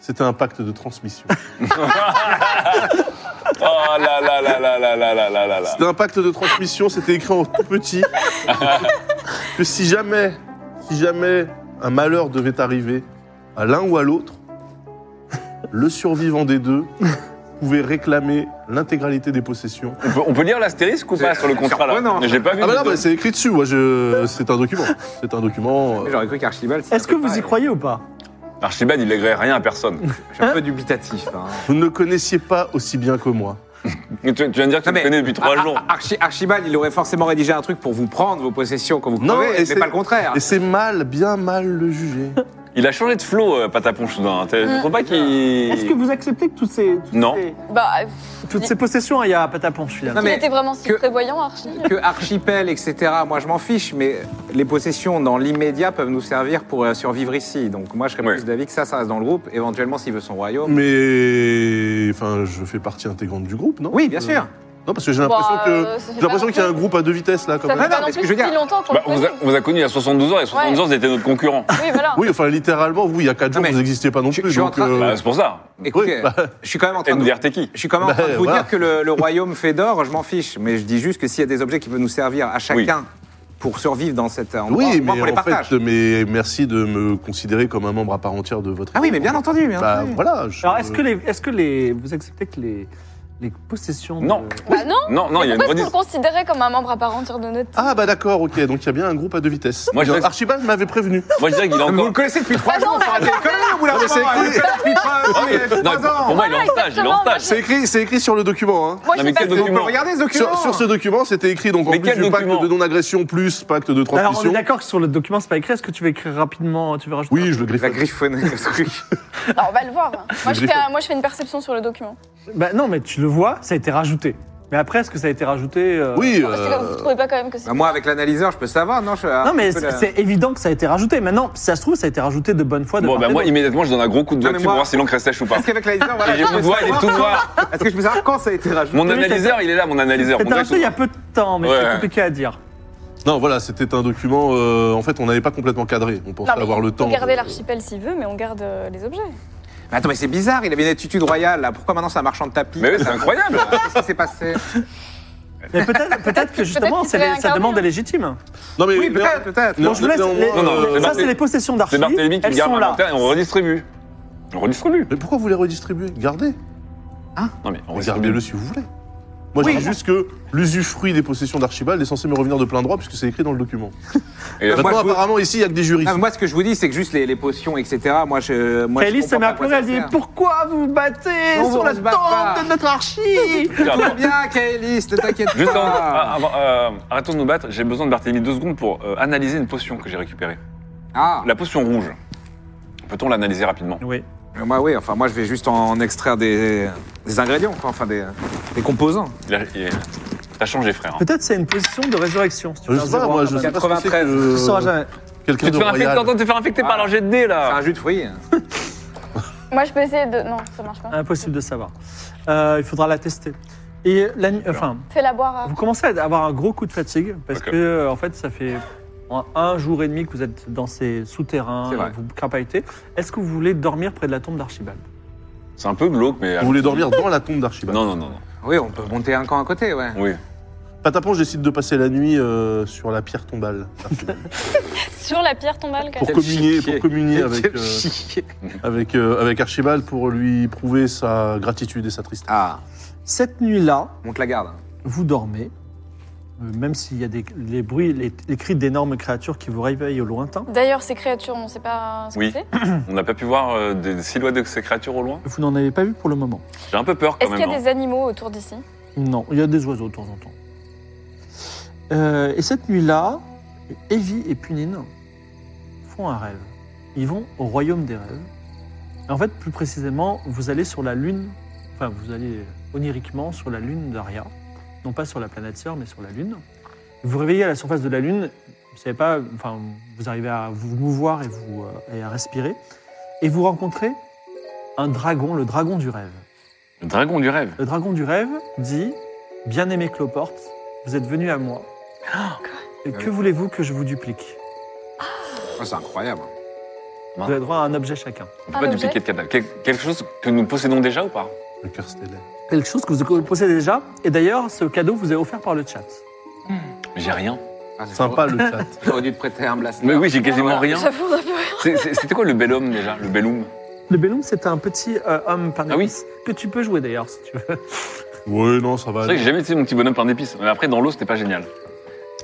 Speaker 3: C'était un pacte de transmission.
Speaker 4: Oh là là là là là là là là là là.
Speaker 3: C'était un pacte de transmission, c'était écrit en tout
Speaker 1: <laughs>
Speaker 3: petit. que si jamais, si jamais un malheur devait arriver à l'un ou à l'autre, le survivant des deux pouvait réclamer l'intégralité des possessions.
Speaker 4: On peut, on peut lire l'astérisque ou pas
Speaker 2: C'est
Speaker 4: sur le contrat là
Speaker 2: surprenant.
Speaker 4: Mais J'ai pas vu.
Speaker 3: Ah bah là,
Speaker 4: du
Speaker 3: bah,
Speaker 4: tout.
Speaker 3: c'est écrit dessus, moi je... c'est un document. C'est un document. euh,
Speaker 2: J'aurais cru qu'Archibald. c'était
Speaker 1: Est-ce
Speaker 2: un
Speaker 1: que
Speaker 2: peu
Speaker 1: vous y
Speaker 2: pareil.
Speaker 1: croyez ou pas
Speaker 4: Archibald, il n'agrée rien
Speaker 2: <laughs>
Speaker 4: à personne.
Speaker 2: Je suis un peu dubitatif. hein.
Speaker 3: Vous ne le connaissiez pas aussi bien que moi.
Speaker 4: Mais tu, tu viens de dire que tu
Speaker 2: Non,
Speaker 4: le
Speaker 2: mais-
Speaker 4: connais depuis trois
Speaker 2: Ah,
Speaker 4: jours.
Speaker 2: ah, Archi- Archibald, il aurait forcément rédigé un truc pour vous prendre vos possessions quand vous
Speaker 3: Non,
Speaker 2: crevez,
Speaker 3: et
Speaker 2: mais
Speaker 3: c'est-
Speaker 2: pas le contraire.
Speaker 3: Et c'est mal, bien mal le juger.
Speaker 4: Il a changé de flow, euh, Patapon Choudin. Tu
Speaker 5: Mm.
Speaker 4: trouves pas
Speaker 1: Est-ce que
Speaker 4: qu'il.
Speaker 1: vous acceptez que toutes ces, toutes
Speaker 4: Non.
Speaker 1: ces,
Speaker 5: Bah,
Speaker 1: toutes ces possessions, il y a Pataponche finalement
Speaker 2: Non, Ah, mais
Speaker 5: il était vraiment si
Speaker 2: que-
Speaker 5: prévoyant, Archie.
Speaker 2: Que archipel, etc., moi je m'en fiche, mais les possessions dans l'immédiat peuvent nous servir pour euh, survivre ici. Donc moi je serais
Speaker 4: Ouais.
Speaker 2: plus d'avis que ça, ça reste dans le groupe, éventuellement s'il veut son
Speaker 3: Mm.
Speaker 2: royaume.
Speaker 3: Mais. Enfin, je fais partie intégrante du groupe, non
Speaker 2: Oui, bien
Speaker 3: Euh,
Speaker 2: sûr.
Speaker 3: Non, parce que j'ai l'impression
Speaker 5: Bah,
Speaker 3: que.
Speaker 5: euh, ça fait
Speaker 3: J'ai
Speaker 5: pas
Speaker 3: l'impression
Speaker 5: non
Speaker 3: qu'il y a un
Speaker 5: plus-
Speaker 3: groupe à deux vitesses là, quand
Speaker 5: Ça
Speaker 3: même.
Speaker 5: fait
Speaker 2: non,
Speaker 5: pas non
Speaker 2: mais
Speaker 5: plus
Speaker 2: ce que je veux dire-
Speaker 5: si longtemps qu'on
Speaker 4: Bah,
Speaker 5: le
Speaker 4: on, vous a,
Speaker 5: connaît.
Speaker 4: on vous a connu il y a 72 ans et 72 ans, vous étiez notre concurrent.
Speaker 2: Ah
Speaker 5: Oui, voilà.
Speaker 3: Oui, enfin littéralement, vous, il y a quatre
Speaker 2: Non,
Speaker 3: jours,
Speaker 2: mais
Speaker 3: vous n'existiez pas non
Speaker 2: je-
Speaker 3: plus.
Speaker 2: je suis en
Speaker 3: donc,
Speaker 2: train-
Speaker 3: euh,
Speaker 4: Bah, c'est pour ça.
Speaker 2: Écoutez,
Speaker 3: oui, bah,
Speaker 2: je suis quand même en train de...
Speaker 4: NDR Teki.
Speaker 2: Je suis quand même en train
Speaker 3: Bah,
Speaker 2: de vous
Speaker 3: voilà.
Speaker 2: dire que le, le royaume fait d'or, je m'en fiche, mais je dis juste que s'il y a des objets qui peuvent nous servir à chacun pour survivre dans cet endroit,
Speaker 3: oui,
Speaker 2: au moins
Speaker 3: mais
Speaker 2: qu'on les
Speaker 3: en
Speaker 2: partage.
Speaker 3: fait, mais merci de me considérer comme un membre à part entière de votre.
Speaker 2: Ah oui, mais bien
Speaker 3: groupe.
Speaker 2: entendu, bien
Speaker 3: Bah
Speaker 2: entendu.
Speaker 3: voilà. je-
Speaker 1: Alors, est-ce que, les, est-ce que les, vous acceptez que les, les possessions. de-
Speaker 4: Non.
Speaker 5: Bah, non,
Speaker 4: Non, non, il y a une
Speaker 5: pourquoi est-ce qu'on <laughs> le
Speaker 4: redis.
Speaker 5: considérait comme un membre à part entière de notre
Speaker 3: Ah bah d'accord, ok, donc il y a bien un groupe à deux vitesses. Euh,
Speaker 4: Moi, je-
Speaker 3: Archibald m'avez prévenu.
Speaker 4: Moi, je dirais qu'il est
Speaker 2: Mais Vous
Speaker 4: encore. Ah,
Speaker 2: le connaissez depuis
Speaker 5: Bah,
Speaker 2: trois jours, ça arrête au bout d'un
Speaker 3: Non, mais c'est
Speaker 2: moment,
Speaker 3: écrit.
Speaker 2: arrêtez depuis trois- depuis
Speaker 4: Non,
Speaker 2: trois
Speaker 4: pour
Speaker 2: ans.
Speaker 4: moi, il est en stage. Il est en
Speaker 5: Exactement,
Speaker 4: stage.
Speaker 3: C'est écrit, c'est écrit sur le document. Hein.
Speaker 5: Moi,
Speaker 4: Non,
Speaker 5: je
Speaker 4: mais
Speaker 5: suis
Speaker 4: quel
Speaker 5: pas
Speaker 2: On peut
Speaker 4: document
Speaker 2: regarder ce
Speaker 3: Sur,
Speaker 2: document
Speaker 3: sur ce document, c'était écrit donc en
Speaker 4: Mais
Speaker 3: plus
Speaker 4: quel
Speaker 3: du pacte
Speaker 4: document
Speaker 3: de non-agression plus pacte de
Speaker 1: Alors, on est
Speaker 3: transmission.
Speaker 1: d'accord que sur le document, c'est pas écrit. Est-ce que tu veux écrire rapidement Tu veux rajouter
Speaker 3: oui, je le
Speaker 2: Il
Speaker 3: griffe.
Speaker 2: va griffonner le truc.
Speaker 5: Non, on va le voir. Moi je,
Speaker 3: J'ai
Speaker 5: fais,
Speaker 3: fait-
Speaker 5: moi, je fais une perception sur le document.
Speaker 1: Bah, non, mais tu le vois, ça a été rajouté. Mais après, est-ce que ça a été rajouté euh,
Speaker 3: Oui.
Speaker 5: Parce que vous
Speaker 3: euh,
Speaker 5: ne trouvez pas quand même que c'est.
Speaker 2: Bah, moi, avec l'analyseur, je peux savoir, non je-
Speaker 1: Non, mais
Speaker 2: je peux
Speaker 1: c'est,
Speaker 2: la-
Speaker 1: c'est évident que ça a été rajouté. Maintenant, si ça se trouve, ça a été rajouté de bonne foi. De
Speaker 4: Bon,
Speaker 1: part
Speaker 4: bah,
Speaker 1: et
Speaker 4: moi,
Speaker 1: d'autre.
Speaker 4: immédiatement, je donne un gros coup de doigt
Speaker 2: mais
Speaker 4: dessus pour
Speaker 2: moi-
Speaker 4: voir si l'encre est sèche ou
Speaker 2: <laughs>
Speaker 4: pas.
Speaker 2: Parce qu'avec l'analyseur, voilà.
Speaker 4: Et j'ai
Speaker 2: je peux
Speaker 4: mon doigt, il est
Speaker 2: savoir-
Speaker 4: tout noir.
Speaker 2: Est-ce que je peux savoir quand ça a été rajouté
Speaker 4: Mon analyseur, il est là, mon analyseur.
Speaker 1: Ça a été
Speaker 4: Mon doigt est
Speaker 1: rajouté
Speaker 4: tout
Speaker 1: il y a
Speaker 4: noir.
Speaker 1: peu de temps, mais
Speaker 4: Ouais. <laughs>
Speaker 1: c'est compliqué à dire.
Speaker 3: Non, voilà, c'était un document. euh, en fait, on n'avait pas complètement cadré. On pensait
Speaker 5: mais
Speaker 3: avoir le
Speaker 5: il peut
Speaker 3: temps. euh,
Speaker 5: garder
Speaker 3: de-
Speaker 5: l'archipel s'il veut, mais on garde euh, les objets.
Speaker 2: Mais attends, mais c'est bizarre, il avait une attitude royale, là. Pourquoi maintenant c'est un marchand de tapis
Speaker 4: Mais oui, c'est incroyable
Speaker 2: Qu'est-ce qui s'est passé
Speaker 1: Mais peut-être peut-être que justement,
Speaker 5: qu'il
Speaker 1: c'est
Speaker 5: peut
Speaker 1: les- sa
Speaker 5: l'incarner,
Speaker 1: demande
Speaker 5: hein.
Speaker 1: est légitime.
Speaker 3: Non, mais
Speaker 2: Oui, peut-être, peut-être.
Speaker 3: Non,
Speaker 1: Bon, je vous laisse.
Speaker 3: néanmoins,
Speaker 1: les-
Speaker 4: non, non,
Speaker 1: les-
Speaker 4: c'est
Speaker 1: ça,
Speaker 4: Barthé-
Speaker 1: c'est les possessions
Speaker 4: C'est
Speaker 1: d'archives.
Speaker 4: Barthélemy qui
Speaker 1: Elles
Speaker 4: garde
Speaker 1: sont là.
Speaker 4: l'inventaire et on redistribue. On redistribue.
Speaker 3: Mais pourquoi vous les redistribuez Gardez.
Speaker 4: Non mais on redistribue.
Speaker 3: Regardez-le si vous voulez. Moi,
Speaker 2: Oui.
Speaker 3: je dis juste que l'usufruit des possessions d'Archibald est censé me revenir de plein droit puisque c'est écrit dans le document.
Speaker 4: Et la-
Speaker 2: Euh, Moi,
Speaker 3: Maintenant,
Speaker 2: je vous-
Speaker 3: apparemment, ici, il n'y a que des juristes.
Speaker 2: Non, mais moi, ce que je vous dis, c'est que juste les, les potions, etc. Moi, je. Moi, je
Speaker 1: Kaelis se
Speaker 2: comprends
Speaker 1: met à
Speaker 2: pas quoi
Speaker 1: pleurer, elle
Speaker 2: ça
Speaker 1: dit
Speaker 2: sert.
Speaker 1: Pourquoi vous vous battez
Speaker 2: Non,
Speaker 1: sur
Speaker 2: on
Speaker 1: la
Speaker 2: se bat pas.
Speaker 1: tente de notre <laughs> archive
Speaker 2: Tout va bien, Kaelis, ne t'inquiète
Speaker 4: Juste avant,
Speaker 2: pas.
Speaker 4: ah, avant- euh, arrêtons de nous battre, j'ai besoin de Barthélemy deux secondes pour euh, analyser une potion que j'ai récupérée.
Speaker 2: Ah,
Speaker 4: La potion rouge. Peut-on l'analyser rapidement
Speaker 1: Oui.
Speaker 2: moi, Ah bah oui, enfin, moi, je vais juste en extraire des, des ingrédients, quoi, enfin, des, des composants.
Speaker 4: Il a- il- T'as changé frère. hein.
Speaker 1: Peut-être c'est une position de résurrection. Si tu
Speaker 3: Je
Speaker 1: fais un
Speaker 3: sais pas,
Speaker 1: zéro
Speaker 3: moi,
Speaker 1: un
Speaker 3: je sais pas ce que c'est
Speaker 2: 93,
Speaker 1: Tu sauras
Speaker 3: que euh,
Speaker 1: jamais.
Speaker 3: quelqu'un
Speaker 4: Tu te
Speaker 3: de
Speaker 4: fais infecter,
Speaker 3: royal.
Speaker 4: t'entends te faire infecter
Speaker 1: Ah.
Speaker 4: par leur jet de dés
Speaker 2: C'est
Speaker 4: là
Speaker 2: un jus de fruits.
Speaker 5: Moi, je peux essayer de. Non, ça marche pas.
Speaker 1: Impossible de savoir. Euh, il faudra la tester. Et la nuit- enfin,
Speaker 5: Fais-la boire.
Speaker 1: <laughs>
Speaker 5: à-
Speaker 1: vous commencez à avoir un gros coup de fatigue parce
Speaker 4: Ok.
Speaker 1: que euh, en fait, ça fait un, un jour et demi que vous êtes dans ces souterrains,
Speaker 2: C'est vrai.
Speaker 1: vous crapaillez. Est-ce que vous voulez dormir près de la tombe d'Archibald
Speaker 4: C'est un peu glauque mais...
Speaker 3: Vous voulez dormir dans la tombe d'Archibald
Speaker 4: Non, non, non, non.
Speaker 2: Oui, on peut monter un camp à côté, ouais.
Speaker 4: Oui.
Speaker 3: Patapon, je décide de passer la nuit euh, sur la pierre
Speaker 2: <laughs>
Speaker 3: tombale d'Archibald.
Speaker 5: Sur la pierre tombale,
Speaker 3: pour
Speaker 5: Kaelis.
Speaker 2: Quel
Speaker 3: communier,
Speaker 2: chiquier.
Speaker 3: pour communier avec,
Speaker 2: Quel
Speaker 3: euh,
Speaker 2: chier.
Speaker 3: avec, euh, avec Archibald pour lui prouver sa gratitude et sa tristesse.
Speaker 2: Ah,
Speaker 1: Cette nuit-là,
Speaker 2: monte la garde.
Speaker 1: vous dormez, euh, même s'il y a des, les bruits, les, les cris d'énormes créatures qui vous réveillent au lointain.
Speaker 5: D'ailleurs, ces créatures, on ne sait pas ce
Speaker 4: Oui.
Speaker 5: que c'est.
Speaker 3: Hmm.
Speaker 4: On n'a pas pu voir euh, des des silhouettes de ces créatures au loin
Speaker 1: Vous n'en avez pas vu pour le moment.
Speaker 4: J'ai un peu peur quand
Speaker 5: Est-ce
Speaker 4: même.
Speaker 5: qu'il y a
Speaker 4: hein.
Speaker 5: des animaux autour d'ici
Speaker 1: Non, il y a des oiseaux de temps en temps. Euh, et cette nuit-là, Evie et Punine font un rêve. Ils vont au royaume des rêves. Et en fait, plus précisément, vous allez sur la lune, enfin, vous allez oniriquement sur la lune d'Aria, non pas sur la planète sœur, mais sur la lune. Vous vous réveillez à la surface de la lune, vous savez pas, enfin, vous arrivez à vous mouvoir et, vous, euh, et à respirer, et vous rencontrez un dragon, le dragon du rêve.
Speaker 4: Le dragon du rêve.
Speaker 1: Le dragon du rêve dit Bien-aimé Cloporte, vous êtes venu à moi. Et que voulez-vous que je vous duplique
Speaker 2: Oh, c'est incroyable.
Speaker 1: Vous avez droit à un objet chacun.
Speaker 4: On
Speaker 5: Un
Speaker 4: peut pas
Speaker 5: objet
Speaker 4: dupliquer de cadavre. Quel- quelque chose que nous possédons déjà ou pas
Speaker 3: Le cœur stellaire.
Speaker 1: Quelque chose que vous possédez déjà. Et d'ailleurs, ce cadeau vous est offert par le chat.
Speaker 4: Mais J'ai rien.
Speaker 2: Ah, c'est
Speaker 3: Sympa le chat.
Speaker 2: J'aurais dû te prêter un blaster.
Speaker 4: Mais oui, j'ai
Speaker 5: Ah,
Speaker 4: quasiment rien.
Speaker 5: J'avoue, on a peur.
Speaker 4: C'est- c'est- C'était quoi le bel homme déjà Le bel homme
Speaker 1: Le Bellum, c'est un petit euh, homme plein
Speaker 4: Ah oui.
Speaker 1: d'épices que tu peux jouer d'ailleurs si tu veux.
Speaker 3: Ouais, non, ça va.
Speaker 4: C'est vrai que j'ai jamais été mon petit bonhomme plein d'épices. Mais après, dans l'eau, c'était pas génial.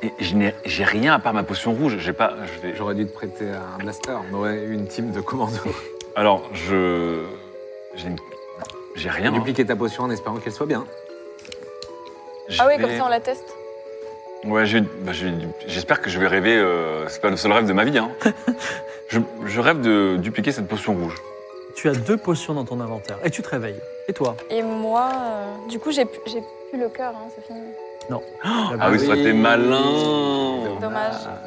Speaker 4: Et je n'ai- j'ai rien à part ma potion rouge. J'ai pas. je vais-
Speaker 2: J'aurais dû te prêter un blaster. On aurait eu une team de commando.
Speaker 4: Alors, je. J'ai une- j'ai rien. hein.
Speaker 2: Dupliquer ta potion en espérant qu'elle soit bien.
Speaker 4: Je
Speaker 5: Ah oui,
Speaker 4: vais-
Speaker 5: comme ça, on la teste.
Speaker 4: Ouais, j'ai- bah, j'ai- j'espère que je vais rêver. euh, C'est pas le seul rêve de ma
Speaker 5: <laughs>
Speaker 4: vie. Hein. je, je rêve de dupliquer cette potion rouge.
Speaker 1: Tu as deux potions dans ton inventaire et tu te réveilles. Et toi
Speaker 5: Et moi, euh, du coup, j'ai pu- j'ai plus le cœur, hein, c'est fini.
Speaker 4: Ah oui, ça aurait été
Speaker 2: Dommage.
Speaker 4: malin.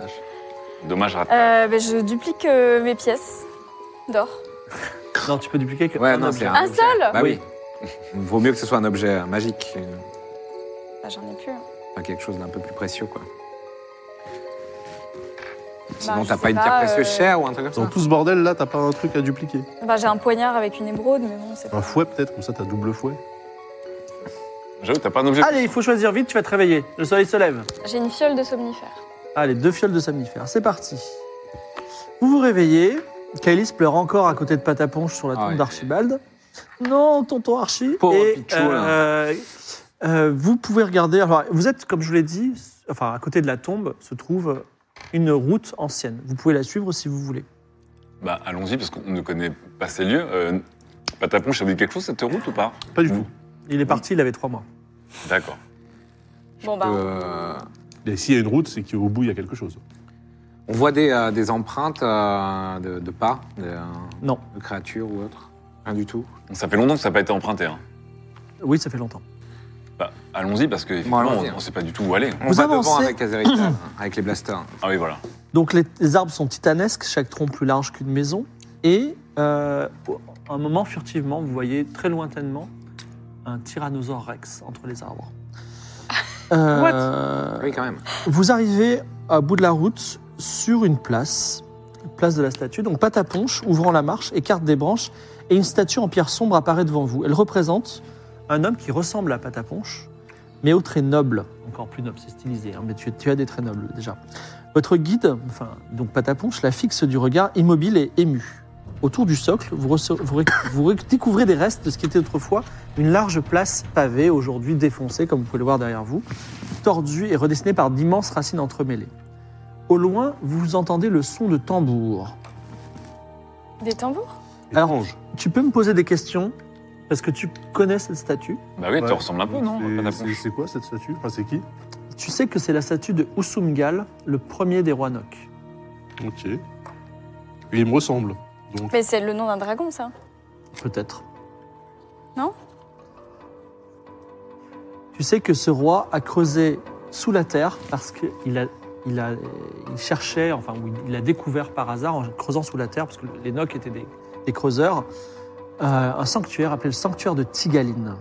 Speaker 4: Dommage, raté.
Speaker 5: Euh, ben, je duplique euh, mes pièces d'or.
Speaker 1: Non, tu peux dupliquer que
Speaker 2: Ouais,
Speaker 1: un
Speaker 2: non,
Speaker 1: objet.
Speaker 2: c'est un,
Speaker 5: Un
Speaker 2: objet.
Speaker 5: seul
Speaker 2: Bah oui. Vaut mieux que ce soit un objet magique. une-
Speaker 5: Bah, J'en ai plus. hein.
Speaker 2: Enfin, quelque chose d'un peu plus précieux, quoi.
Speaker 5: Bah,
Speaker 2: Sinon,
Speaker 5: je
Speaker 2: t'as
Speaker 5: sais
Speaker 2: pas une pierre
Speaker 5: pas,
Speaker 2: précieuse
Speaker 5: euh,
Speaker 2: chère ou un truc comme
Speaker 3: Dans
Speaker 2: ça
Speaker 3: tout ce bordel là, t'as pas un truc à dupliquer.
Speaker 5: Bah, j'ai un poignard avec une émeraude, mais bon, c'est pas.
Speaker 3: Un fouet peut-être, comme ça t'as double fouet.
Speaker 4: J'avoue, t'as pas un
Speaker 5: ah.
Speaker 4: objet.
Speaker 1: Allez, il faut choisir vite, tu vas te réveiller. Le soleil se lève.
Speaker 5: J'ai une fiole de somnifère.
Speaker 1: Allez, deux fioles de somnifères, c'est parti. Vous vous réveillez, Kailis pleure encore à côté de Pataponche sur la tombe
Speaker 2: Ah oui.
Speaker 1: d'Archibald. Non, tonton Archie.
Speaker 2: Pauvre Pichou,
Speaker 1: euh, euh, vous pouvez regarder, alors, vous êtes, comme je vous l'ai dit, enfin, à côté de la tombe se trouve une route ancienne. Vous pouvez la suivre si vous voulez.
Speaker 4: Bah, allons-y, parce qu'on ne connaît pas ces lieux. Euh, Patapon, ça vous dit quelque chose cette route ou pas
Speaker 3: Pas du tout.
Speaker 1: Il est parti, il avait trois mois.
Speaker 4: D'accord.
Speaker 5: Bon, bah.
Speaker 2: Euh,
Speaker 3: Et s'il y a une route, c'est qu'au bout il y a quelque chose.
Speaker 2: on voit des, euh, des empreintes euh, de, de pas, de, euh,
Speaker 1: Non.
Speaker 2: de créatures ou autre. Rien du tout.
Speaker 4: Ça fait longtemps que ça n'a pas été emprunté. Hein.
Speaker 1: Oui, ça fait longtemps.
Speaker 4: Bah, allons-y, parce que effectivement,
Speaker 2: allons-y, hein.
Speaker 4: on ne sait pas du tout où aller.
Speaker 2: On
Speaker 1: Vous
Speaker 2: va devant
Speaker 1: avancez.
Speaker 2: avec
Speaker 1: <clears throat>
Speaker 2: Azerita, avec les blasters.
Speaker 4: Ah oui, voilà.
Speaker 1: Donc les, les arbres sont titanesques, chaque tronc plus large qu'une maison. Et euh, un moment furtivement, vous voyez très lointainement un tyrannosaure rex entre les arbres. Euh,
Speaker 2: Oui, quand même.
Speaker 1: vous arrivez à bout de la route sur une place, place de la statue. Donc Pataponche, ouvrant la marche, écarte des branches et une statue en pierre sombre apparaît devant vous. Elle représente un homme qui ressemble à Pataponche, mais au trait noble. Encore plus noble, c'est stylisé, hein, mais tu, tu as des traits nobles déjà. Votre guide, enfin, donc Pataponche, la fixe du regard immobile et ému. Autour du socle, vous, rece- vous ré- vous ré- découvrez des restes de ce qui était autrefois une large place pavée, aujourd'hui défoncée, comme vous pouvez le voir derrière vous, tordue et redessinée par d'immenses racines entremêlées. Au loin, vous entendez le son de tambours.
Speaker 5: Des tambours
Speaker 4: Ah,
Speaker 1: Alors-
Speaker 3: Étrange.
Speaker 1: Tu peux me poser des questions parce que tu connais cette statue.
Speaker 4: Bah oui,
Speaker 3: Ouais.
Speaker 4: tu ressembles un peu, non
Speaker 3: C'est-
Speaker 4: Pataponche
Speaker 3: c'est- C'est quoi cette statue Enfin, c'est qui
Speaker 1: Tu sais que c'est la statue de Usumgal, le premier des rois Nok.
Speaker 3: Ok. Et il me ressemble. Donc,
Speaker 5: Mais c'est le nom d'un dragon, ça.
Speaker 1: Peut-être.
Speaker 5: Non
Speaker 1: Tu sais que ce roi a creusé sous la terre parce qu'il a, il a, il cherchait, enfin, ou il a découvert par hasard en creusant sous la terre, parce que les Nocs étaient des, des creuseurs, euh, un sanctuaire appelé le sanctuaire de Tigaline.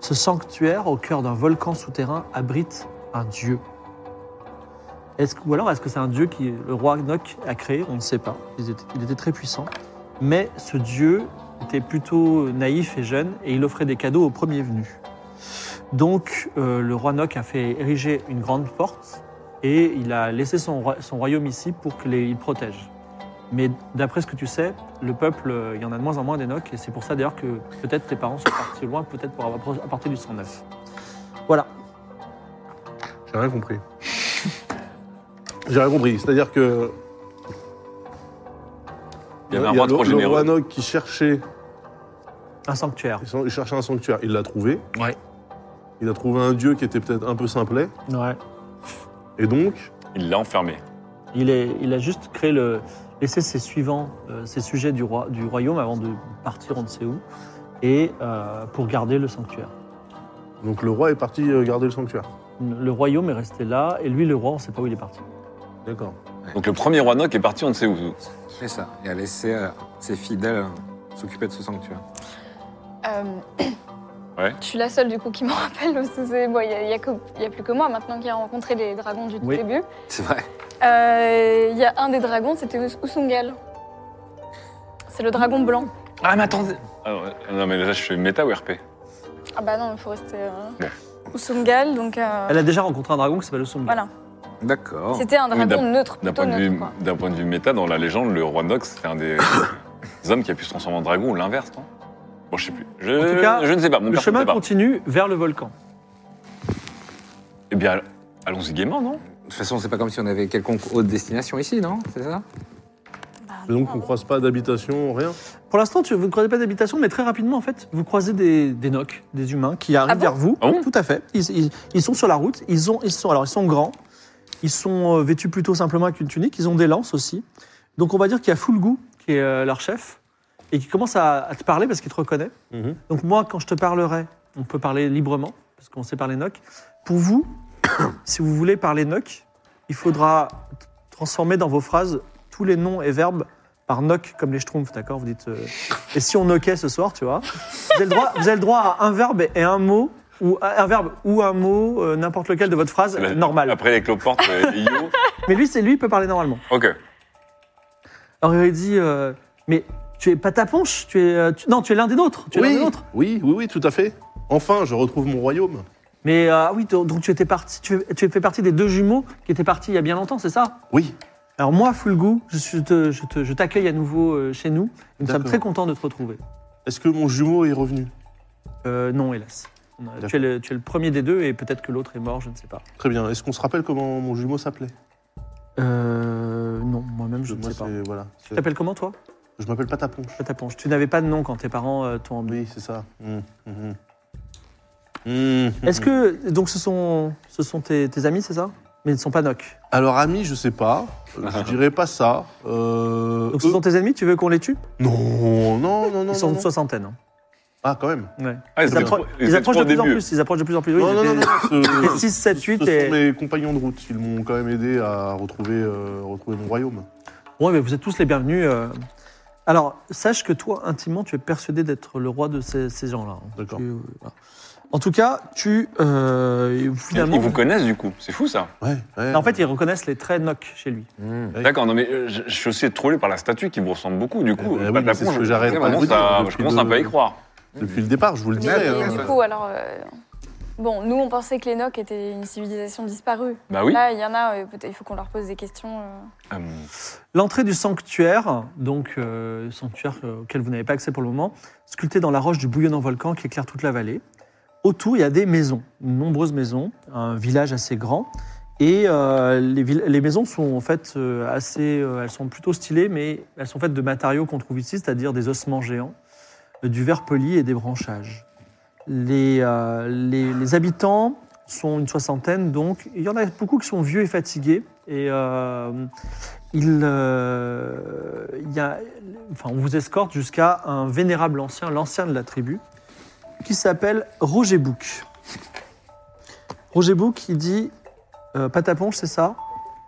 Speaker 1: Ce sanctuaire, au cœur d'un volcan souterrain, abrite un dieu. Est-ce, que- ou alors est-ce que c'est un dieu que le roi Noc a créé On ne sait pas. Ils étaient- il était très puissant. Mais ce dieu était plutôt naïf et jeune et il offrait des cadeaux aux premiers venus. Donc euh, le roi Noc a fait ériger une grande porte et il a laissé son, roi- son royaume ici pour qu'il protège. Mais d'après ce que tu sais, le peuple, euh, il y en a de moins en moins des Nocs et c'est pour ça d'ailleurs que peut-être tes parents sont partis loin, peut-être pour avoir appro- apporté du sang neuf. Voilà.
Speaker 3: j'ai
Speaker 4: <laughs>
Speaker 3: rien compris. j'ai rien compris. C'est-à-dire que.
Speaker 4: Il y avait un
Speaker 3: a
Speaker 4: roi
Speaker 3: le-
Speaker 4: trop
Speaker 3: Le roi
Speaker 4: généreux.
Speaker 3: Nog qui cherchait,
Speaker 1: Un sanctuaire.
Speaker 3: il cherchait un sanctuaire. Il l'a trouvé.
Speaker 1: Ouais.
Speaker 3: Il a trouvé un dieu qui était peut-être un peu simplet.
Speaker 1: Ouais.
Speaker 3: Et donc,
Speaker 4: Il l'a enfermé.
Speaker 1: Il, est, il a juste créé le, laissé ses suivants, euh, ses sujets du, roi, du royaume avant de partir on ne sait où, et euh, pour garder le sanctuaire.
Speaker 3: donc le roi est parti euh, garder le sanctuaire.
Speaker 1: Le royaume est resté là, et lui, le roi, on ne sait pas où il est parti.
Speaker 3: D'accord.
Speaker 4: Donc le premier roi Noc est parti, on ne sait où.
Speaker 2: C'est ça. Et a laissé euh, ses fidèles euh, s'occuper de ce sanctuaire.
Speaker 5: Euh,
Speaker 4: Ouais.
Speaker 5: <clears throat> Je suis la seule du coup qui m'en <laughs> rappelle parce que c'est- bon, il n'y a, il y a que- il y a plus que moi maintenant qui a rencontré les dragons du tout
Speaker 1: Oui.
Speaker 5: début.
Speaker 2: C'est vrai.
Speaker 5: Euh, Il y a un des dragons, c'était Us- Usungal. C'est le dragon blanc.
Speaker 4: Ah, mais attendez Ah, ouais. Non, mais là, je suis méta ou RP
Speaker 5: Ah bah non, il faut rester. euh,
Speaker 4: Bon.
Speaker 5: Usungal, donc euh,
Speaker 1: Elle a déjà rencontré un dragon qui s'appelle le Sumga.
Speaker 5: voilà.
Speaker 2: D'accord.
Speaker 5: C'était un dragon
Speaker 4: d'un-
Speaker 5: neutre,
Speaker 4: D'un
Speaker 5: plutôt
Speaker 4: point, de
Speaker 5: neutre.
Speaker 4: vue-
Speaker 5: quoi.
Speaker 4: d'un point de vue méta, dans la légende, le roi Nox, c'est
Speaker 1: <coughs>
Speaker 4: un des des hommes qui a pu se transformer en dragon, ou l'inverse, non Bon, je sais plus. Je,
Speaker 1: En tout cas,
Speaker 4: je ne sais pas. Mon
Speaker 1: Le
Speaker 4: père ne
Speaker 1: chemin
Speaker 4: sait pas.
Speaker 1: continue vers le volcan.
Speaker 4: Eh bien, allons-y gaiement, non
Speaker 2: De toute façon, c'est pas comme si on avait quelconque autre destination ici, non C'est ça
Speaker 5: Bah,
Speaker 3: Mais donc
Speaker 5: non.
Speaker 3: on croise pas d'habitation, rien.
Speaker 1: Pour l'instant, tu- vous ne croisez pas d'habitation, mais très rapidement, en fait, vous croisez des, des nocs, des humains qui arrivent
Speaker 5: bon
Speaker 1: vers vous.
Speaker 4: Ah bon
Speaker 1: Tout à fait. Ils, ils- ils sont sur la route. Ils, ont, ils, sont, alors, ils sont grands. Ils sont euh, vêtus plutôt simplement avec une tunique. Ils ont des lances aussi. Donc, on va dire qu'il y a Fulgu, qui est euh, leur chef, et qui commence à, à te parler parce qu'il te reconnaît.
Speaker 3: Mhm.
Speaker 1: Donc, moi, quand je te parlerai, on peut parler librement, parce qu'on sait parler noc. Pour vous, <coughs> si vous voulez parler noc, il faudra t- transformer dans vos phrases tous les noms et verbes par noc, comme les schtroumpfs, d'accord Vous dites. euh, et si on noquait ce soir, tu vois vous avez, le droit, vous avez le droit à un verbe et un mot, ou à- un verbe ou un mot, euh, n'importe lequel de votre phrase,
Speaker 4: Là,
Speaker 1: Euh, normal.
Speaker 4: Après les cloportes euh, et Yo.
Speaker 1: Mais lui, c'est lui, il peut parler normalement.
Speaker 4: Ok.
Speaker 1: Alors il aurait dit, euh, mais tu es pas ta ponche, tu es, euh, tu- non, tu es l'un des nôtres, tu es l'un
Speaker 3: Oui,
Speaker 1: des nôtres.
Speaker 3: oui, oui, oui, tout à fait. Enfin, je retrouve mon royaume.
Speaker 1: Mais euh, ah oui, donc donc tu étais parti, tu, fais- tu fais partie des deux jumeaux qui étaient partis il y a bien longtemps, c'est ça
Speaker 3: Oui.
Speaker 1: Alors moi, Fulgu, je, suis- je te- je te- je t'accueille à nouveau euh, chez nous. Nous sommes
Speaker 3: D'accord.
Speaker 1: très contents de te retrouver.
Speaker 3: Est-ce que mon jumeau est revenu
Speaker 1: Euh, non, hélas. On a-
Speaker 3: D'accord.
Speaker 1: Tu es, le, tu es le premier des deux et peut-être que l'autre est mort, je ne sais pas.
Speaker 3: Très bien. Est-ce qu'on se rappelle comment mon jumeau s'appelait
Speaker 1: Euh, non, moi-même, je ne
Speaker 3: Moi,
Speaker 1: sais pas.
Speaker 3: c'est- Voilà.
Speaker 1: Tu
Speaker 3: c'est-
Speaker 1: t'appelles comment toi
Speaker 3: Je m'appelle pas Taponche.
Speaker 1: Pas ta ponche. Tu n'avais pas de nom quand tes parents euh, t'ont emmené.
Speaker 3: Oui, c'est ça. Mm, mm, mm. Mm,
Speaker 1: Est-ce
Speaker 3: mm.
Speaker 1: que donc ce sont ce sont tes, tes amis, c'est ça Mais ils ne sont pas noc.
Speaker 3: Alors, ami, je
Speaker 1: <laughs>
Speaker 3: sais pas. Euh, Je dirais pas ça. Euh,
Speaker 1: Donc ce
Speaker 3: eux-
Speaker 1: sont tes ennemis. Tu veux qu'on les tue
Speaker 3: Non, non, non, non.
Speaker 1: Ils sont
Speaker 3: non,
Speaker 1: une
Speaker 3: non.
Speaker 1: soixantaine. hein.
Speaker 3: Ah, quand même.
Speaker 1: Ouais.
Speaker 4: Ah,
Speaker 1: Ils,
Speaker 4: étaient
Speaker 1: appro-
Speaker 4: trop-
Speaker 1: ils
Speaker 4: étaient
Speaker 1: approchent de
Speaker 4: trop au
Speaker 1: plus en
Speaker 4: début.
Speaker 1: plus. Ils approchent de plus en plus. Oui,
Speaker 3: non,
Speaker 1: ils
Speaker 3: non, non,
Speaker 1: étaient-
Speaker 3: non, ce-
Speaker 1: les 6, 7, 8
Speaker 3: Euh, ce
Speaker 1: et...
Speaker 3: sont mes compagnons de route. Ils m'ont quand même aidé à retrouver, euh, retrouver mon royaume.
Speaker 1: Ouais, mais vous êtes tous les bienvenus. euh. Alors, sache que toi, intimement, tu es persuadé d'être le roi de ces, ces gens-là. hein.
Speaker 3: D'accord.
Speaker 1: Tu- voilà. En tout cas, tu. euh, finalement.
Speaker 4: Ils vous connaissent du coup, c'est fou ça.
Speaker 3: Ouais, ouais.
Speaker 1: En fait, ils reconnaissent les traits Nock chez lui.
Speaker 4: D'accord, non mais euh, je, je suis aussi trollé par la statue qui me ressemble beaucoup du coup.
Speaker 3: Eh ben
Speaker 4: Pas
Speaker 3: oui,
Speaker 4: de
Speaker 3: mais
Speaker 4: la
Speaker 3: c'est
Speaker 4: peau,
Speaker 3: ce
Speaker 4: je-
Speaker 3: que j'arrête
Speaker 4: c'est
Speaker 3: pas de
Speaker 4: vraiment,
Speaker 3: vous
Speaker 4: ça-
Speaker 3: dire
Speaker 4: Je
Speaker 3: depuis
Speaker 4: commence un
Speaker 3: le-
Speaker 4: peu à y croire.
Speaker 3: Depuis le départ, je vous le
Speaker 5: Mais,
Speaker 3: disais.
Speaker 5: mais
Speaker 3: hein.
Speaker 5: du coup, alors. euh, bon, nous, on pensait que les Nocs étaient une civilisation disparue.
Speaker 4: Bah oui.
Speaker 5: Là, il y en a, euh, peut-être il faut qu'on leur pose des questions. euh.
Speaker 4: Hum.
Speaker 1: L'entrée du sanctuaire, donc euh, sanctuaire euh, auquel vous n'avez pas accès pour le moment, sculpté dans la roche du bouillonnant volcan qui éclaire toute la vallée. Autour, il y a des maisons, de nombreuses maisons, un village assez grand. Et euh, les, vill- les maisons sont en fait euh, assez, euh, elles sont plutôt stylées, mais elles sont faites de matériaux qu'on trouve ici, c'est-à-dire des ossements géants, euh, du verre poli et des branchages. Les, euh, les- les habitants sont une soixantaine, donc il y en a beaucoup qui sont vieux et fatigués. Et euh, il, euh, il y a- enfin, on vous escorte jusqu'à un vénérable ancien, l'ancien de la tribu, qui s'appelle Roger Bouc. Roger Bouc, il dit euh, Pataponge, c'est ça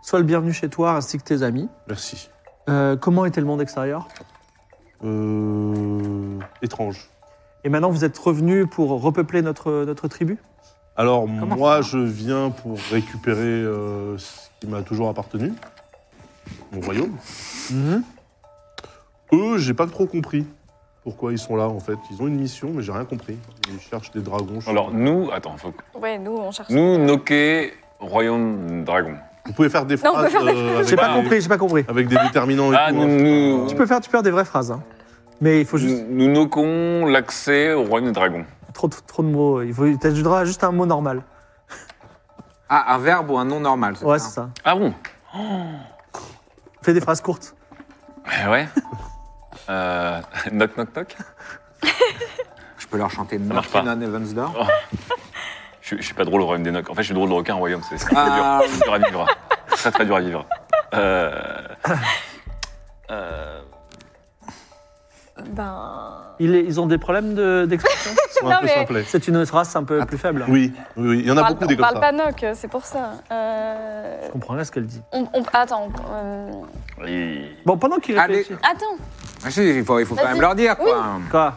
Speaker 1: Sois le bienvenu chez toi ainsi que tes amis.
Speaker 3: Merci.
Speaker 1: Euh, comment était le monde extérieur
Speaker 3: Euh, étrange.
Speaker 1: Et maintenant, vous êtes revenu pour repeupler notre, notre tribu
Speaker 3: Alors,
Speaker 1: Comment
Speaker 3: moi, je viens pour récupérer euh, ce qui m'a toujours appartenu, mon royaume. Mhm. Eux, j'ai pas trop compris pourquoi ils sont là, en fait. Ils ont une mission, mais j'ai rien compris. Ils cherchent des dragons. je sais
Speaker 4: Alors
Speaker 3: pas.
Speaker 4: nous, attends, faut... que-
Speaker 5: Ouais, nous, on cherche.
Speaker 4: nous Noké, royaume dragon.
Speaker 3: Vous pouvez faire des
Speaker 5: Non, on peut
Speaker 3: phrases
Speaker 5: faire des
Speaker 3: euh, avec,
Speaker 1: J'ai pas
Speaker 2: Bah,
Speaker 3: des-
Speaker 1: compris, j'ai pas compris.
Speaker 3: avec des déterminants et
Speaker 4: Ah,
Speaker 3: tout.
Speaker 4: nous,
Speaker 3: hein.
Speaker 4: nous,
Speaker 1: Tu peux faire, tu peux faire des vraies phrases. hein. Mais il faut juste.
Speaker 4: nous, nous noquons l'accès au royaume des dragons.
Speaker 2: Mm.
Speaker 1: Trop, de- trop de mots. Il faut, t'ajouteras juste un mot normal.
Speaker 2: Ah, un verbe ou un nom normal. c'est
Speaker 1: Ouais,
Speaker 2: ça
Speaker 1: c'est ça.
Speaker 4: Ah bon
Speaker 1: Fais des phrases courtes.
Speaker 4: Eh Ouais. <laughs> Euh, knock knock knock.
Speaker 2: Je peux leur chanter
Speaker 4: marche pas.
Speaker 2: Knockin' on Heaven's Door.
Speaker 4: Je, suis- je suis pas drôle au royaume des knocks. En fait, je suis drôle au aucun royaume. C'est c'est très dur.
Speaker 2: Ah,
Speaker 4: C'est dur à vivre. Très très dur à vivre. <coughs> Euh, euh,
Speaker 5: Ben.
Speaker 1: Ils, ils ont des problèmes de- d'expression
Speaker 3: Ils sont
Speaker 5: Non,
Speaker 3: un peu
Speaker 5: mais-
Speaker 3: simplets.
Speaker 1: C'est une race un peu plus faible.
Speaker 3: Oui, oui, oui, il y en a
Speaker 5: parle,
Speaker 3: beaucoup des
Speaker 5: on
Speaker 3: comme
Speaker 5: parle
Speaker 3: ça.
Speaker 5: pas Noc, c'est pour ça. Euh,
Speaker 1: Je comprends rien à ce qu'elle dit.
Speaker 5: on, on- attends. on- euh,
Speaker 4: et-
Speaker 1: Bon, pendant qu'il
Speaker 2: Allez.
Speaker 1: réfléchit...
Speaker 5: attends. <laughs>
Speaker 2: Ah, si, il faut, il faut quand
Speaker 5: Vas-y.
Speaker 2: même leur dire, quoi.
Speaker 1: Quoi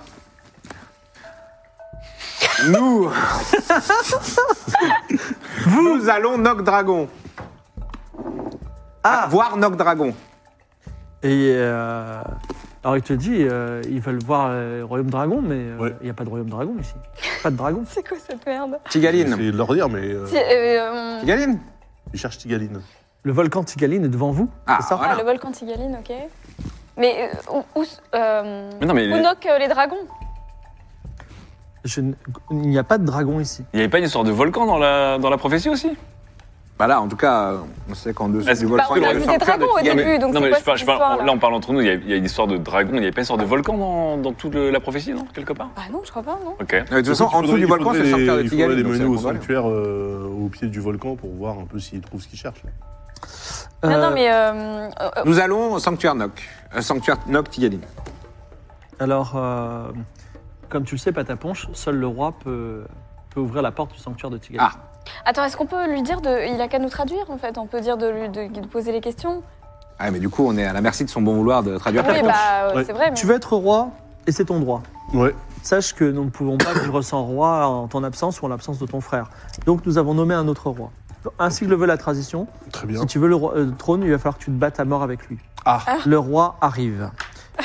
Speaker 3: <laughs>
Speaker 2: Nous Nous allons Noc Dragon.
Speaker 1: Ah
Speaker 2: Voir Noc Dragon.
Speaker 1: Et euh, alors il te dit, euh, ils veulent voir euh, Royaume Dragon, mais euh, il
Speaker 3: Ouais.
Speaker 1: n'y a pas de Royaume Dragon ici. Pas de dragon.
Speaker 5: C'est quoi cette merde
Speaker 3: J'ai
Speaker 2: Tigaline.
Speaker 3: essayé de leur dire, mais euh,
Speaker 5: Si, euh, on-
Speaker 2: Tigaline
Speaker 3: ils cherchent Tigaline.
Speaker 1: Le volcan Tigaline est devant vous,
Speaker 2: Ah,
Speaker 1: c'est ça
Speaker 5: Ah,
Speaker 2: voilà.
Speaker 5: le volcan Tigaline, ok. Mais euh, où, où s- euh,
Speaker 4: Mais non, mais il
Speaker 5: où
Speaker 4: y-
Speaker 5: knock, euh, les dragons
Speaker 1: Je n- Il n'y a pas de dragon ici.
Speaker 4: il y avait pas une histoire de volcan dans la dans la prophétie aussi
Speaker 2: Bah là, en tout cas, euh, on sait qu'en dessous
Speaker 4: Est-ce
Speaker 2: du
Speaker 4: que-
Speaker 5: bah,
Speaker 2: volcan,
Speaker 5: On
Speaker 4: le
Speaker 5: a
Speaker 4: le
Speaker 5: vu des
Speaker 2: sanctuaire
Speaker 5: dragons au
Speaker 2: Tigaline.
Speaker 5: début, donc
Speaker 4: non, mais
Speaker 5: c'est quoi
Speaker 4: je parle-
Speaker 5: cette
Speaker 4: je parle-
Speaker 5: histoire
Speaker 4: là, on parle entre nous. Il y, a, il y a une histoire de dragon. Il y avait pas une histoire de volcan dans, dans toute le- la prophétie, non Quelque part
Speaker 5: Ah non, je crois pas, non
Speaker 4: Ok.
Speaker 2: Euh, De toute façon,
Speaker 3: Écoute, il
Speaker 2: en dessous
Speaker 3: faudrait-
Speaker 2: du
Speaker 3: il
Speaker 2: volcan, c'est le
Speaker 3: faudrait
Speaker 2: sanctuaire
Speaker 3: les-
Speaker 2: de Tigaline.
Speaker 3: Il
Speaker 2: donc
Speaker 3: faudrait les
Speaker 2: c'est
Speaker 3: mener au
Speaker 2: qu'on va aller.
Speaker 3: sanctuaire euh, au pied du volcan pour voir un peu s'ils trouvent ce qu'ils cherchent.
Speaker 5: Bah, Non,
Speaker 1: Euh,
Speaker 5: non, mais euh, euh, euh,
Speaker 2: Nous allons au sanctuaire Noc. Euh, Sanctuaire Noc Tigaline.
Speaker 1: Alors, euh, comme tu le sais, Pataponche, seul le roi peut, peut ouvrir la porte du sanctuaire de Tigaline.
Speaker 2: Ah.
Speaker 5: attends, est-ce qu'on peut lui dire de. Il a qu'à nous traduire en fait, on peut dire de lui de, de poser les questions.
Speaker 2: Ah, mais du coup, on est à la merci de son bon vouloir de traduire
Speaker 5: Oui,
Speaker 2: ta réponse.
Speaker 5: bah euh,
Speaker 3: Ouais.
Speaker 5: c'est vrai, mais.
Speaker 1: Tu veux être roi et c'est ton droit.
Speaker 3: Ouais,
Speaker 1: Sache que nous ne pouvons pas vivre sans roi en ton absence ou en l'absence de ton frère. Donc nous avons nommé un autre roi. Ainsi que le veut la tradition,
Speaker 3: très bien. <laughs>
Speaker 1: si tu veux le, roi- euh, le trône, il va falloir que tu te battes à mort avec lui.
Speaker 3: Ah.
Speaker 1: Le roi arrive.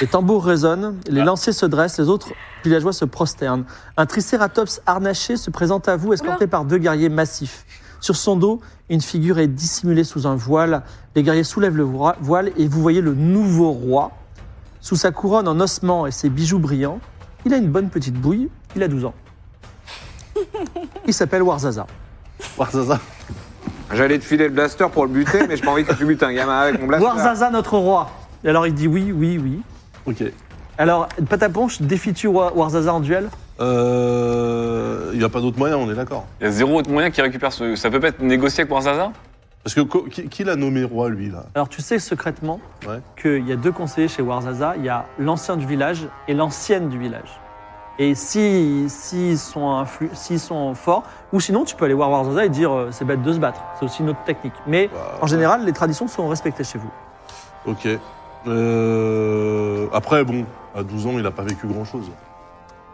Speaker 1: Les tambours résonnent, les lanciers se dressent, les autres villageois se prosternent. Un tricératops harnaché se présente à vous, escorté par deux guerriers massifs. Sur son dos, une figure est dissimulée sous un voile. Les guerriers soulèvent le voi- voile et vous voyez le nouveau roi. Sous sa couronne en ossements et ses bijoux brillants, il a une bonne petite bouille, il a 12 ans. Il s'appelle Warzaza.
Speaker 3: Warzaza.
Speaker 2: J'allais te filer le blaster pour le buter, mais j'ai pas envie que tu butes un gamin avec mon blaster.
Speaker 1: Warzaza, notre roi. Et alors il dit oui, oui, oui.
Speaker 3: Ok.
Speaker 1: Alors, Pataponche, défies-tu Wa- Warzaza en duel
Speaker 3: Euh, Il n'y a pas d'autre moyen, on est d'accord.
Speaker 4: Il y a zéro autre moyen qui récupère ce. Ça peut pas être négocié avec Warzaza
Speaker 3: Parce que co- qui, qui l'a nommé roi, lui, là
Speaker 1: Alors tu sais secrètement
Speaker 3: Ouais.
Speaker 1: qu'il y a deux conseillers chez Warzaza, il y a l'ancien du village et l'ancienne du village. Et s'ils si, s'ils sont, influ- s'ils sont forts, ou sinon tu peux aller voir Warzaza et dire euh, c'est bête de se battre, c'est aussi une autre technique. Mais
Speaker 3: Bah,
Speaker 1: en général, les traditions sont respectées chez vous.
Speaker 3: Ok. Euh, Après, bon, à 12 ans, il n'a pas vécu grand-chose.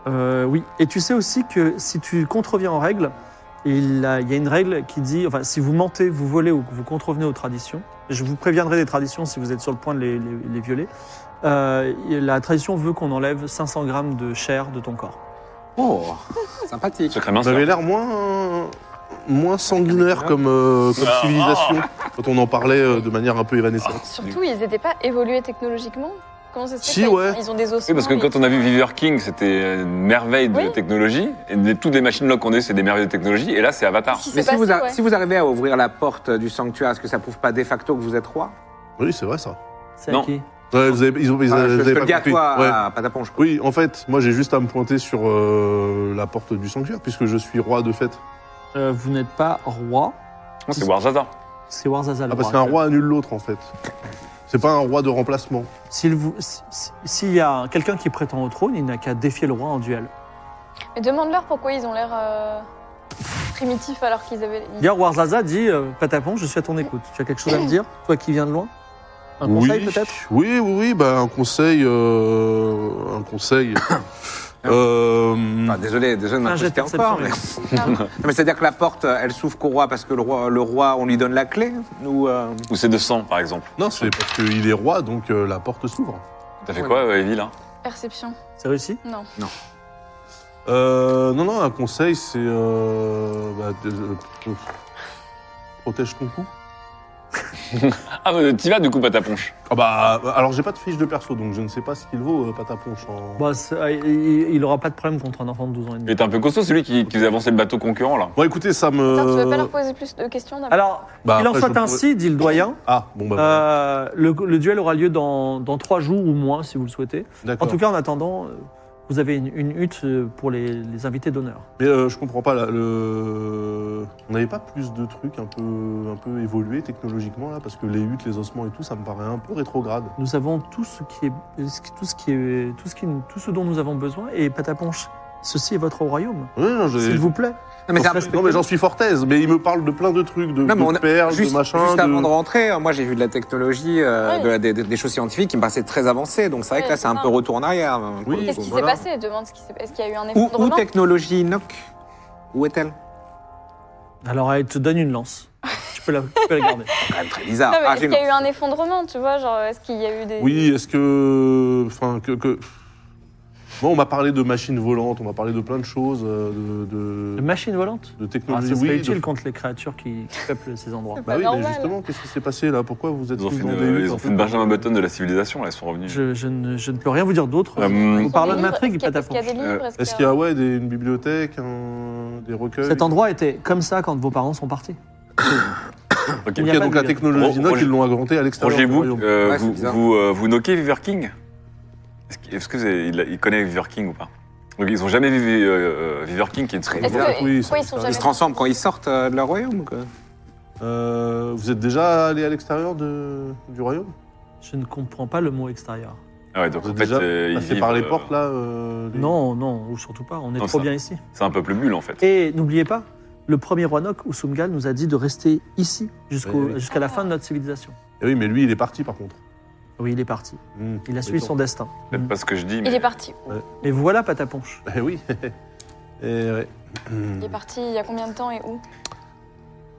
Speaker 1: Euh, oui, et tu sais aussi que si tu contreviens aux règles, il a- il y a une règle qui dit, enfin, si vous mentez, vous volez ou que vous contrevenez aux traditions, je vous préviendrai des traditions si vous êtes sur le point de les, les- les violer, euh, la tradition veut qu'on enlève 500 grammes de chair de ton corps.
Speaker 2: Oh, sympathique.
Speaker 4: Secret
Speaker 3: Vous avez
Speaker 4: minceur.
Speaker 3: l'air moins, moins sanguinaire comme, euh, comme civilisation quand on en parlait euh, de manière un peu irénécente.
Speaker 5: Surtout, ils n'étaient pas évolués technologiquement. Comment ça se fait
Speaker 3: Si,
Speaker 5: qu'ils-
Speaker 3: ouais.
Speaker 5: Ils ont des ossements.
Speaker 4: Oui, parce que
Speaker 5: mais-
Speaker 4: quand on a vu Viver King, c'était une merveille de
Speaker 5: Oui.
Speaker 4: technologie. Et des- toutes les machines là qu'on est, c'est des merveilles de technologie. Et là, c'est Avatar.
Speaker 5: Qu'est-ce qui
Speaker 2: Mais
Speaker 5: s'est
Speaker 2: si vous,
Speaker 5: passé,
Speaker 2: a-
Speaker 5: ouais.
Speaker 2: si vous arrivez à ouvrir la porte du sanctuaire, est-ce que ça prouve pas de facto que vous êtes roi
Speaker 3: Oui, c'est vrai ça.
Speaker 1: C'est
Speaker 4: Non.
Speaker 1: à qui
Speaker 3: Ouais, vous avez- ils ont, ils
Speaker 2: Ah,
Speaker 3: avaient-
Speaker 2: Je
Speaker 3: vous
Speaker 2: je
Speaker 3: avez
Speaker 2: te
Speaker 3: pas
Speaker 2: le dis à
Speaker 3: compris.
Speaker 2: toi,
Speaker 3: Ouais.
Speaker 2: à Patapon, je crois.
Speaker 3: Oui, en fait, moi j'ai juste à me pointer sur euh, la porte du sanctuaire puisque je suis roi de fait.
Speaker 1: Euh, Vous n'êtes pas roi,
Speaker 4: Non, C'est Warzazar.
Speaker 1: c'est Warzazal.
Speaker 3: Ah, parce qu'un roi annule l'autre en fait. C'est pas un roi de remplacement.
Speaker 1: S'il vous- si- si- s'il y a quelqu'un qui prétend au trône, il n'a qu'à défier le roi en duel.
Speaker 5: Mais demande-leur pourquoi ils ont l'air euh, primitifs alors qu'ils avaient. ils-
Speaker 1: D'ailleurs, Warzaza dit euh, Patapon, je suis à ton écoute. Tu as quelque chose à me dire Toi qui viens de loin Un conseil peut-être
Speaker 3: Oui, oui, oui, bah, un conseil. euh,
Speaker 2: <coughs>
Speaker 3: un conseil. Euh,
Speaker 2: Enfin, désolé, désolé de
Speaker 1: Un jet de
Speaker 2: m'insister encore. Mais...
Speaker 1: perception,
Speaker 4: <laughs>
Speaker 2: Non, mais c'est-à-dire que la porte, euh, elle s'ouvre qu'au roi parce que le roi, le roi, on lui donne la clé ou euh,
Speaker 4: Ou c'est de sang, par exemple.
Speaker 3: non, c'est parce qu'il est roi, donc euh, la porte s'ouvre.
Speaker 4: T'as fait
Speaker 2: Ouais.
Speaker 4: quoi, euh, Evie, là
Speaker 5: Perception.
Speaker 1: C'est réussi
Speaker 5: Non.
Speaker 3: Euh, non, non, un conseil, c'est. euh, bah, de- euh, euh, protège ton cou.
Speaker 4: Ah, mais t'y vas, du coup, Pataponche.
Speaker 3: Ah bah, alors j'ai pas de fiche de perso, donc je ne sais pas ce qu'il vaut, euh, Pataponche. En...
Speaker 1: Bah, c'est- euh, il il aura pas de problème contre un enfant de 12 ans et
Speaker 4: Il
Speaker 1: demi.
Speaker 4: était un peu costaud, celui qui, qui faisait avancer le bateau concurrent, là.
Speaker 3: Bon, écoutez, ça me.
Speaker 5: Attends, tu veux pas leur poser plus de questions d'abord
Speaker 1: Alors,
Speaker 3: Bah,
Speaker 1: il en
Speaker 3: après,
Speaker 1: soit
Speaker 3: je pourrais-
Speaker 1: ainsi, dit le doyen.
Speaker 3: Ah, bon, bah, voilà.
Speaker 1: Euh, le, le duel aura lieu dans, dans trois jours ou moins, si vous le souhaitez. En
Speaker 3: d'accord.
Speaker 1: tout cas, en attendant, euh, vous avez une, une hutte euh, pour les, les invités d'honneur.
Speaker 3: Mais euh, je comprends pas, là, le... on n'avait pas plus de trucs un peu, un peu évolués technologiquement, là, parce que les huttes, les ossements et tout, ça me paraît un peu rétrograde.
Speaker 1: Nous avons tout ce qui est ce qui- tout ce qui est tout ce qui tout ce dont nous avons besoin. Et Pataponche, ceci est votre royaume,
Speaker 3: Ouais, non, j'ai-
Speaker 1: s'il vous plaît.
Speaker 2: Non, mais
Speaker 1: Pour
Speaker 2: c'est un-
Speaker 1: respecter-
Speaker 3: Non, mais j'en suis fort aise, mais il me parle de plein de trucs, de,
Speaker 2: Non, mais
Speaker 3: de
Speaker 2: on a-
Speaker 3: perles,
Speaker 2: juste,
Speaker 3: de machin.
Speaker 2: juste
Speaker 3: de-
Speaker 2: avant de rentrer, euh, moi j'ai vu de la technologie, euh,
Speaker 5: Ouais.
Speaker 2: de la- des, des- des choses scientifiques qui me paraissaient très avancées. Donc c'est vrai
Speaker 5: Ouais,
Speaker 2: que là
Speaker 5: c'est
Speaker 2: c'est un
Speaker 5: ça.
Speaker 2: peu retour en arrière. euh, pour
Speaker 3: Oui,
Speaker 2: le
Speaker 5: Qu'est-ce
Speaker 2: coup.
Speaker 5: qui
Speaker 3: voilà.
Speaker 5: s'est passé Demande ce qui s'est Est-ce qu'il y a eu un
Speaker 2: Où, où
Speaker 5: effondrement
Speaker 2: technologie Noc Où est-elle
Speaker 1: Alors, elle te donne une
Speaker 5: <laughs>
Speaker 1: lance. Tu peux la, tu peux la
Speaker 3: <laughs>
Speaker 1: garder.
Speaker 2: Quand même très bizarre.
Speaker 5: Non, mais
Speaker 2: Ah,
Speaker 5: Est-ce
Speaker 2: j'ai
Speaker 5: qu'il y a
Speaker 2: une-
Speaker 5: eu un effondrement Tu vois, genre, est-ce qu'il y a eu des.
Speaker 3: Oui, est-ce que... Enfin, que... que- Moi, on m'a parlé de machines volantes, on m'a parlé de plein de choses, euh, de,
Speaker 1: Une
Speaker 3: de,
Speaker 1: machine volante
Speaker 3: de
Speaker 1: ah,
Speaker 3: technologie.
Speaker 1: Ça serait
Speaker 3: oui, de-
Speaker 1: utile contre les créatures qui, qui peuplent ces endroits.
Speaker 5: C'est
Speaker 3: Bah
Speaker 5: pas
Speaker 3: oui, mais
Speaker 5: normal.
Speaker 3: justement, qu'est-ce qui s'est passé, là Pourquoi vous êtes
Speaker 4: Ils ont
Speaker 3: tous
Speaker 4: fait,
Speaker 3: dans
Speaker 4: de-
Speaker 3: des huttes
Speaker 4: ils
Speaker 3: un
Speaker 4: ont
Speaker 3: peu
Speaker 4: fait de Benjamin
Speaker 3: comme-
Speaker 4: Button de la civilisation, là, ils sont revenus.
Speaker 1: Je, je ne, je ne peux rien vous dire d'autre.
Speaker 4: Euh,
Speaker 1: vous parlez de
Speaker 5: Des livres
Speaker 1: m'intrigue,
Speaker 5: Est-ce qu'il y a- est-ce
Speaker 1: Pataponche.
Speaker 5: qu'il y a des livres
Speaker 3: euh, Est-ce qu'il y a ouais, des- une bibliothèque, un- des recueils
Speaker 1: Cet endroit était comme ça quand vos parents sont partis. Il y
Speaker 4: Ok.
Speaker 3: <coughs> Ok,
Speaker 1: a pas
Speaker 3: donc
Speaker 1: de
Speaker 3: la
Speaker 1: bibliothèque.
Speaker 3: technologie
Speaker 4: Ro-
Speaker 3: NOC,
Speaker 4: Roger-
Speaker 3: ils l'ont agrandée à l'extérieur.
Speaker 4: Roger
Speaker 3: du
Speaker 4: Book,
Speaker 3: royaume.
Speaker 4: euh,
Speaker 2: Ouais, c'est
Speaker 4: vous,
Speaker 2: bizarre.
Speaker 4: vous, euh, vous noquez Viver King Est-ce que, est-ce que vous avez- il, a- il connaît Viver King ou pas Donc ils ont jamais vu euh, euh, Viver King qui est une très
Speaker 5: Est-ce que-
Speaker 3: Oui, ça-
Speaker 5: pourquoi ils sont
Speaker 3: ça-
Speaker 5: jamais
Speaker 2: Ils se transforment quand ils sortent euh, de leur royaume. Quoi.
Speaker 3: Euh, vous êtes déjà allé à l'extérieur de- du royaume
Speaker 1: Je ne comprends pas le mot extérieur.
Speaker 4: Ah ouais, donc
Speaker 3: Vous
Speaker 4: en
Speaker 3: êtes
Speaker 4: fait,
Speaker 3: déjà
Speaker 4: euh, ils
Speaker 3: Passé
Speaker 4: vivent,
Speaker 3: Bah, par les
Speaker 4: euh,
Speaker 3: portes là euh, les-
Speaker 1: Non, non, ou surtout pas. On est
Speaker 4: Non,
Speaker 1: trop
Speaker 4: ça.
Speaker 1: bien ici.
Speaker 4: C'est un peuple bulle en fait.
Speaker 1: Et n'oubliez pas, le premier roi Nok, Usumgal, nous a dit de rester ici jusqu'au-
Speaker 3: Oui, oui.
Speaker 1: jusqu'à la fin de notre civilisation.
Speaker 3: Eh oui, mais lui, il est parti par contre.
Speaker 1: Oui, il est parti.
Speaker 3: Hmm,
Speaker 1: Il a suivi
Speaker 3: étant-
Speaker 1: son destin.
Speaker 4: Peut-être pas ce que je dis, mais
Speaker 5: Il est parti.
Speaker 1: Mais voilà Pataponche.
Speaker 3: Eh oui. <laughs> Eh ouais.
Speaker 5: Il est parti il y a combien de temps et où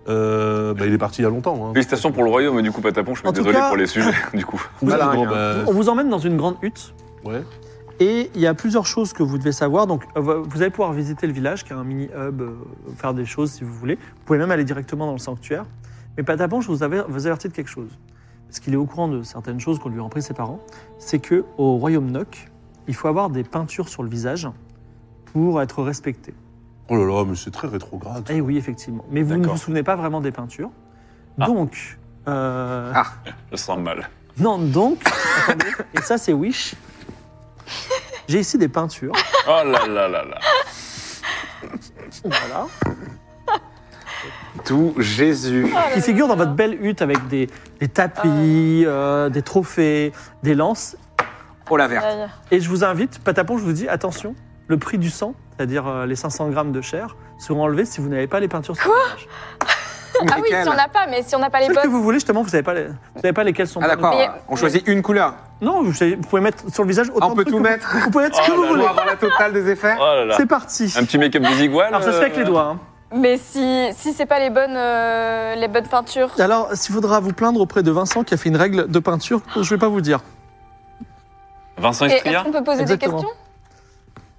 Speaker 3: Euh, bah, il est parti il y a longtemps. hein.
Speaker 4: félicitations pour le royaume et du coup Patapon, je
Speaker 1: En tout
Speaker 4: suis désolé
Speaker 1: cas-
Speaker 4: pour les sujets <laughs> du coup.
Speaker 2: Voilà,
Speaker 3: bon,
Speaker 2: hein.
Speaker 3: bah,
Speaker 1: On vous emmène dans une grande hutte
Speaker 3: ouais.
Speaker 1: et il y a plusieurs choses que vous devez savoir. Donc, euh, vous allez pouvoir visiter le village, qui est un mini hub, euh, faire des choses si vous voulez. Vous pouvez même aller directement dans le sanctuaire. Mais Pataponche vous, aver- vous avertit de quelque chose, parce qu'il est au courant de certaines choses qu'on lui a appris ses parents. C'est que au royaume Nok, il faut avoir des peintures sur le visage pour être respecté.
Speaker 3: Oh là là, mais c'est très rétrograde.
Speaker 1: Eh oui, effectivement. Mais vous ne
Speaker 4: D'accord.
Speaker 1: vous souvenez pas vraiment des peintures.
Speaker 4: Ah.
Speaker 1: Donc. euh,
Speaker 2: Ah.
Speaker 4: Je sens mal.
Speaker 1: Non, donc. <laughs> attendez, et ça, c'est Wish. J'ai ici des peintures.
Speaker 4: Oh là là là là.
Speaker 1: Voilà.
Speaker 2: Tout Jésus.
Speaker 5: Oh là
Speaker 1: Qui
Speaker 5: là
Speaker 1: figurent dans
Speaker 5: là.
Speaker 1: votre belle hutte avec des, des tapis, euh, des trophées, des lances.
Speaker 2: Oh la verte.
Speaker 5: Aïe.
Speaker 1: Et je vous invite, Patapon, je vous dis attention, le prix du sang, c'est-à-dire euh, les 500 grammes de chair, seront enlevés si vous n'avez pas les peintures sur le visage.
Speaker 5: Ah oui, si on n'a pas, mais si on n'a pas les
Speaker 1: Celles que
Speaker 5: bonnes.
Speaker 1: vous voulez, justement, vous savez pas, les- vous savez pas lesquelles sont
Speaker 2: Ah
Speaker 1: bonnes.
Speaker 2: d'accord,
Speaker 5: Mais-
Speaker 2: on choisit une couleur.
Speaker 1: Non, vous, savez, vous pouvez mettre sur le visage
Speaker 2: Ah,
Speaker 1: autant
Speaker 2: on
Speaker 1: de
Speaker 2: peut
Speaker 1: trucs
Speaker 2: tout
Speaker 1: que vous-
Speaker 2: mettre
Speaker 1: Vous pouvez mettre ce que
Speaker 4: Oh
Speaker 1: vous
Speaker 4: là
Speaker 1: voulez.
Speaker 2: pour avoir la totale des effets.
Speaker 4: Oh là là.
Speaker 1: C'est parti.
Speaker 4: Un petit make-up euh, des iguales.
Speaker 1: Alors ça se fait avec les doigts. hein.
Speaker 5: Mais si, si c'est pas les bonnes, euh, les bonnes peintures.
Speaker 1: Alors, s'il faudra vous plaindre auprès de Vincent qui a fait une règle de peinture, je ne vais pas vous dire.
Speaker 4: Vincent
Speaker 5: Et Est-ce
Speaker 4: Estria
Speaker 5: qu'on peut poser
Speaker 1: Exactement.
Speaker 5: des questions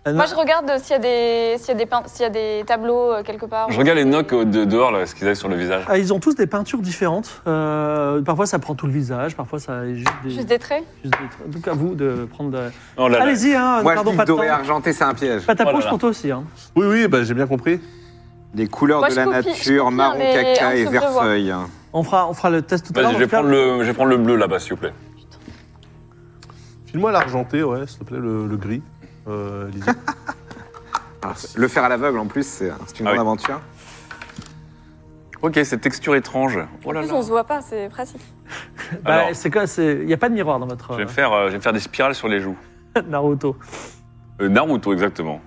Speaker 1: Ah, non.
Speaker 5: Moi, je regarde euh, s'il y a des, s'il y a des, peint- s'il y a des tableaux euh, quelque part.
Speaker 4: Je regarde les nocs au- de- dehors, là, ce qu'ils avaient sur le visage.
Speaker 1: Ah, ils ont tous des peintures différentes. Euh, parfois, ça prend tout le visage, parfois, ça est juste des.
Speaker 5: Juste des traits.
Speaker 1: juste des- Donc, à vous de prendre. de-
Speaker 4: Oh là là.
Speaker 1: Allez-y, hein, ne
Speaker 2: Moi, je
Speaker 1: perdons
Speaker 2: dis
Speaker 1: pas
Speaker 2: que
Speaker 1: de temps.
Speaker 2: doré argenté, c'est un piège.
Speaker 1: Pas ta
Speaker 4: Oh là
Speaker 1: poche
Speaker 4: là.
Speaker 1: pour toi aussi. Hein.
Speaker 3: Oui, oui, bah, j'ai bien compris.
Speaker 2: Les couleurs
Speaker 5: Moi,
Speaker 2: de
Speaker 5: je
Speaker 2: la
Speaker 5: copie- je
Speaker 2: nature,
Speaker 5: copie hein,
Speaker 2: marron,
Speaker 5: un des- un
Speaker 2: caca et
Speaker 5: truc de
Speaker 2: vert
Speaker 5: voix.
Speaker 2: feuille.
Speaker 1: On, fera, on fera le test tout à l'heure.
Speaker 4: Vas-y, je
Speaker 1: en
Speaker 4: vais
Speaker 1: tout cas.
Speaker 4: prendre le, je vais prendre le bleu là-bas, s'il vous plaît.
Speaker 3: File-moi l'argenté, ouais, s'il te plaît, le, le gris. Euh, Lydia.
Speaker 2: Alors, Le faire à l'aveugle, en plus, c'est c'est une
Speaker 4: Ah oui.
Speaker 2: grande aventure.
Speaker 4: Ok, cette texture étrange. Oh
Speaker 5: En
Speaker 4: là
Speaker 5: plus,
Speaker 4: là.
Speaker 5: on se voit pas, c'est pratique.
Speaker 1: Bah,
Speaker 4: Alors.
Speaker 1: c'est quoi c'est- Il n'y a pas de miroir dans votre
Speaker 4: Je vais, me
Speaker 1: euh,
Speaker 4: faire, euh, je vais me faire des spirales sur les joues.
Speaker 1: <laughs> Naruto.
Speaker 4: Euh, Naruto, exactement.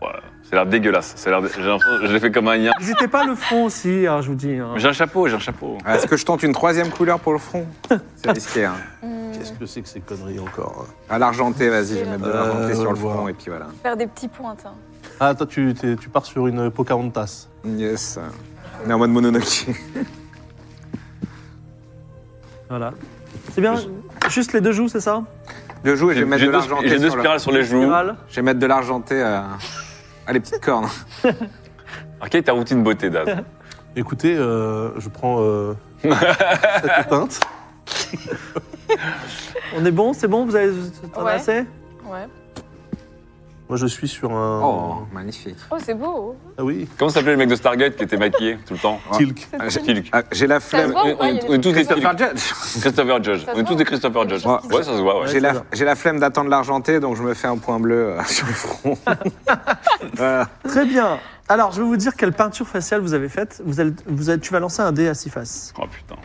Speaker 4: Ouais, ça a l'air dégueulasse. Ça a l'air dé- j'ai l'impression- je l'ai fait comme un lien.
Speaker 1: N'hésitez pas le front aussi, hein, je vous dis. hein.
Speaker 4: J'ai un chapeau, j'ai un chapeau.
Speaker 2: Ah, Est-ce que je tente une troisième couleur pour le front C'est risqué. Hein.
Speaker 5: Hmm,
Speaker 3: Qu'est-ce que c'est que ces conneries encore hein
Speaker 2: À l'argenté, vas-y, je vais mettre de l'argenté
Speaker 3: Euh,
Speaker 2: sur le
Speaker 3: voilà.
Speaker 2: front et puis voilà.
Speaker 5: Faire des petits points. tiens.
Speaker 3: Ah, toi, tu, t'es- tu pars sur une Pocahontas.
Speaker 2: Yes. On est en mode Mononoke.
Speaker 1: Voilà. C'est bien, juste les deux joues, c'est ça
Speaker 2: De jouer, je
Speaker 4: J'ai
Speaker 2: vais mettre
Speaker 4: j'ai
Speaker 2: de
Speaker 4: deux,
Speaker 2: l'argenté.
Speaker 4: j'ai deux
Speaker 2: sur le-
Speaker 4: spirales sur les joues.
Speaker 1: Général
Speaker 2: Je vais mettre de l'argenté. euh, Ah, les petites cornes.
Speaker 4: Alors, quelle est ta routine beauté, Daz
Speaker 3: Écoutez, euh, je prends
Speaker 2: <laughs>
Speaker 3: euh, cette teinte.
Speaker 1: On est bon, c'est bon, vous avez t'en as
Speaker 5: Ouais.
Speaker 1: assez
Speaker 5: Ouais.
Speaker 3: Moi, je suis sur un.
Speaker 2: Oh, magnifique.
Speaker 5: Oh, c'est beau.
Speaker 3: Ah oui,
Speaker 4: Comment s'appelait le mec de Stargate qui était maquillé tout le temps
Speaker 3: Tilk.
Speaker 2: Ah, j'ai-
Speaker 4: Tilk.
Speaker 2: ah, J'ai la
Speaker 5: Ça se
Speaker 2: flemme.
Speaker 5: voit ou
Speaker 4: On
Speaker 5: pas Il y a
Speaker 4: est
Speaker 5: des
Speaker 4: on est
Speaker 5: trucs
Speaker 4: tous des Tilk.
Speaker 2: Christopher Judge.
Speaker 4: Christopher Judge.
Speaker 5: Ça se
Speaker 4: On est tous
Speaker 5: voit
Speaker 4: des Christopher Judge.
Speaker 2: Ouais.
Speaker 4: Ouais, ça se voit, ouais.
Speaker 1: Ouais.
Speaker 2: J'ai la,
Speaker 1: ça.
Speaker 2: j'ai la flemme d'attendre l'argenté, donc je me fais un point bleu euh, <laughs> sur
Speaker 1: <laughs>
Speaker 2: le front. Voilà.
Speaker 1: Très bien. Alors, je vais vous dire quelle peinture faciale vous avez faite. Vous allez, vous allez- tu vas lancer un dé à six faces.
Speaker 4: Oh putain.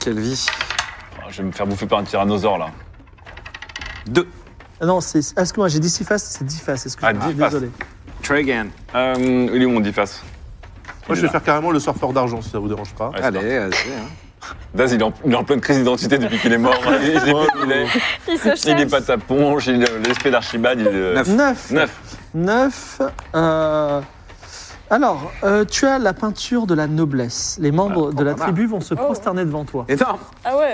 Speaker 2: Quelle vie.
Speaker 4: Ah, Je vais me faire bouffer par un tyrannosaure là.
Speaker 2: Deux.
Speaker 1: Ah Non, c'est. ah, Excuse-moi, j'ai dit six faces, c'est dix faces. Excuse-moi,
Speaker 4: Ah, dix faces.
Speaker 1: désolé.
Speaker 2: Try again.
Speaker 4: Euh, il est où mon diface
Speaker 3: Moi, je vais faire carrément le surfeur d'argent, si ça vous dérange pas.
Speaker 2: Allez, vas-y. hein.
Speaker 4: Daz, il est, en, il est en pleine crise d'identité depuis qu'il
Speaker 2: <laughs>
Speaker 4: est mort. Il, il est, pas- il est-
Speaker 5: Il se
Speaker 4: il est
Speaker 5: cherche.
Speaker 4: pas ta ponche, il est l'esprit d'Archibald. Il est... euh,
Speaker 2: Neuf.
Speaker 1: Neuf.
Speaker 4: 9.
Speaker 1: Neuf. euh, Alors, euh, tu as la peinture de la noblesse. Les membres
Speaker 4: Ah,
Speaker 1: de la
Speaker 2: pas mal.
Speaker 1: tribu vont
Speaker 4: Oh.
Speaker 1: se prosterner devant toi.
Speaker 2: Énorme.
Speaker 5: Ah ouais.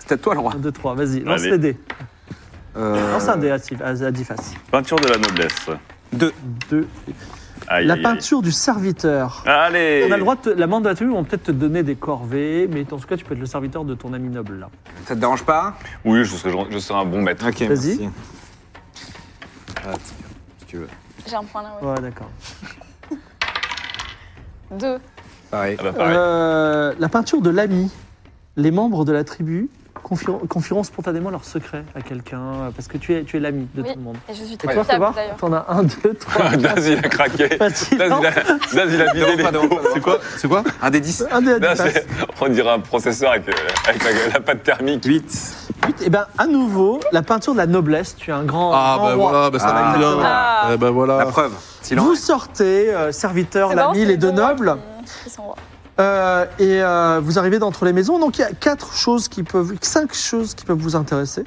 Speaker 2: C'était à toi le roi.
Speaker 1: 1, 2, 3, vas-y, lance
Speaker 4: Allez.
Speaker 1: les dés.
Speaker 2: Euh,
Speaker 1: Lance un dé à six- à à dix faces.
Speaker 4: Peinture de la noblesse.
Speaker 2: Deux.
Speaker 1: Deux.
Speaker 4: Aïe,
Speaker 1: La
Speaker 4: aïe, aïe.
Speaker 1: peinture du serviteur.
Speaker 4: Allez
Speaker 1: On a le droit de te- la membre de la tribu vont peut-être te donner des corvées, mais en tout cas, tu peux être le serviteur de ton ami noble là.
Speaker 2: Euh, Ça te dérange pas
Speaker 4: Oui, je serai, je serai un bon maître.
Speaker 2: Ok,
Speaker 1: Vas-y.
Speaker 2: merci. Ah, si tu veux.
Speaker 5: J'ai un point là. ouais.
Speaker 1: Ouais, d'accord.
Speaker 5: Deux.
Speaker 2: Pareil.
Speaker 4: Ah bah, pareil.
Speaker 1: Euh, la peinture de l'ami. Les membres de la tribu confieront, confieront spontanément leurs secrets à quelqu'un, euh, parce que tu es, tu es l'ami de
Speaker 5: Oui.
Speaker 1: tout le monde.
Speaker 5: Et je suis
Speaker 1: Et
Speaker 5: très
Speaker 1: toi,
Speaker 5: stable
Speaker 1: Fobar,
Speaker 5: d'ailleurs.
Speaker 1: t'en as un, deux,
Speaker 4: <laughs>
Speaker 1: trois.
Speaker 4: Daz, il a craqué.
Speaker 1: <laughs>
Speaker 4: Daz,
Speaker 1: Vas-y,
Speaker 4: il a,
Speaker 1: lance
Speaker 4: Daz, il a vidé les
Speaker 3: C'est quoi C'est quoi
Speaker 2: Un des 10
Speaker 1: un dé à dix
Speaker 4: Daz,
Speaker 1: faces.
Speaker 4: c'est- on dirait un processeur avec, euh, avec la, la pâte thermique.
Speaker 2: 8.
Speaker 1: Huit. Et bien, à nouveau, la peinture de la noblesse. Tu es un grand.
Speaker 3: Ah,
Speaker 1: grand
Speaker 3: bah
Speaker 1: roi.
Speaker 3: voilà, bah, ça
Speaker 2: Ah.
Speaker 3: va bien.
Speaker 5: Ah.
Speaker 3: Eh bah
Speaker 2: La
Speaker 3: voilà.
Speaker 2: preuve.
Speaker 1: Vous
Speaker 2: Silence.
Speaker 1: sortez, euh, serviteur, l'ami, les deux nobles.
Speaker 5: Ils sont rois.
Speaker 1: Euh, et euh, vous arrivez d'entre les maisons. Donc il y a quatre choses qui peuvent, cinq choses qui peuvent vous intéresser.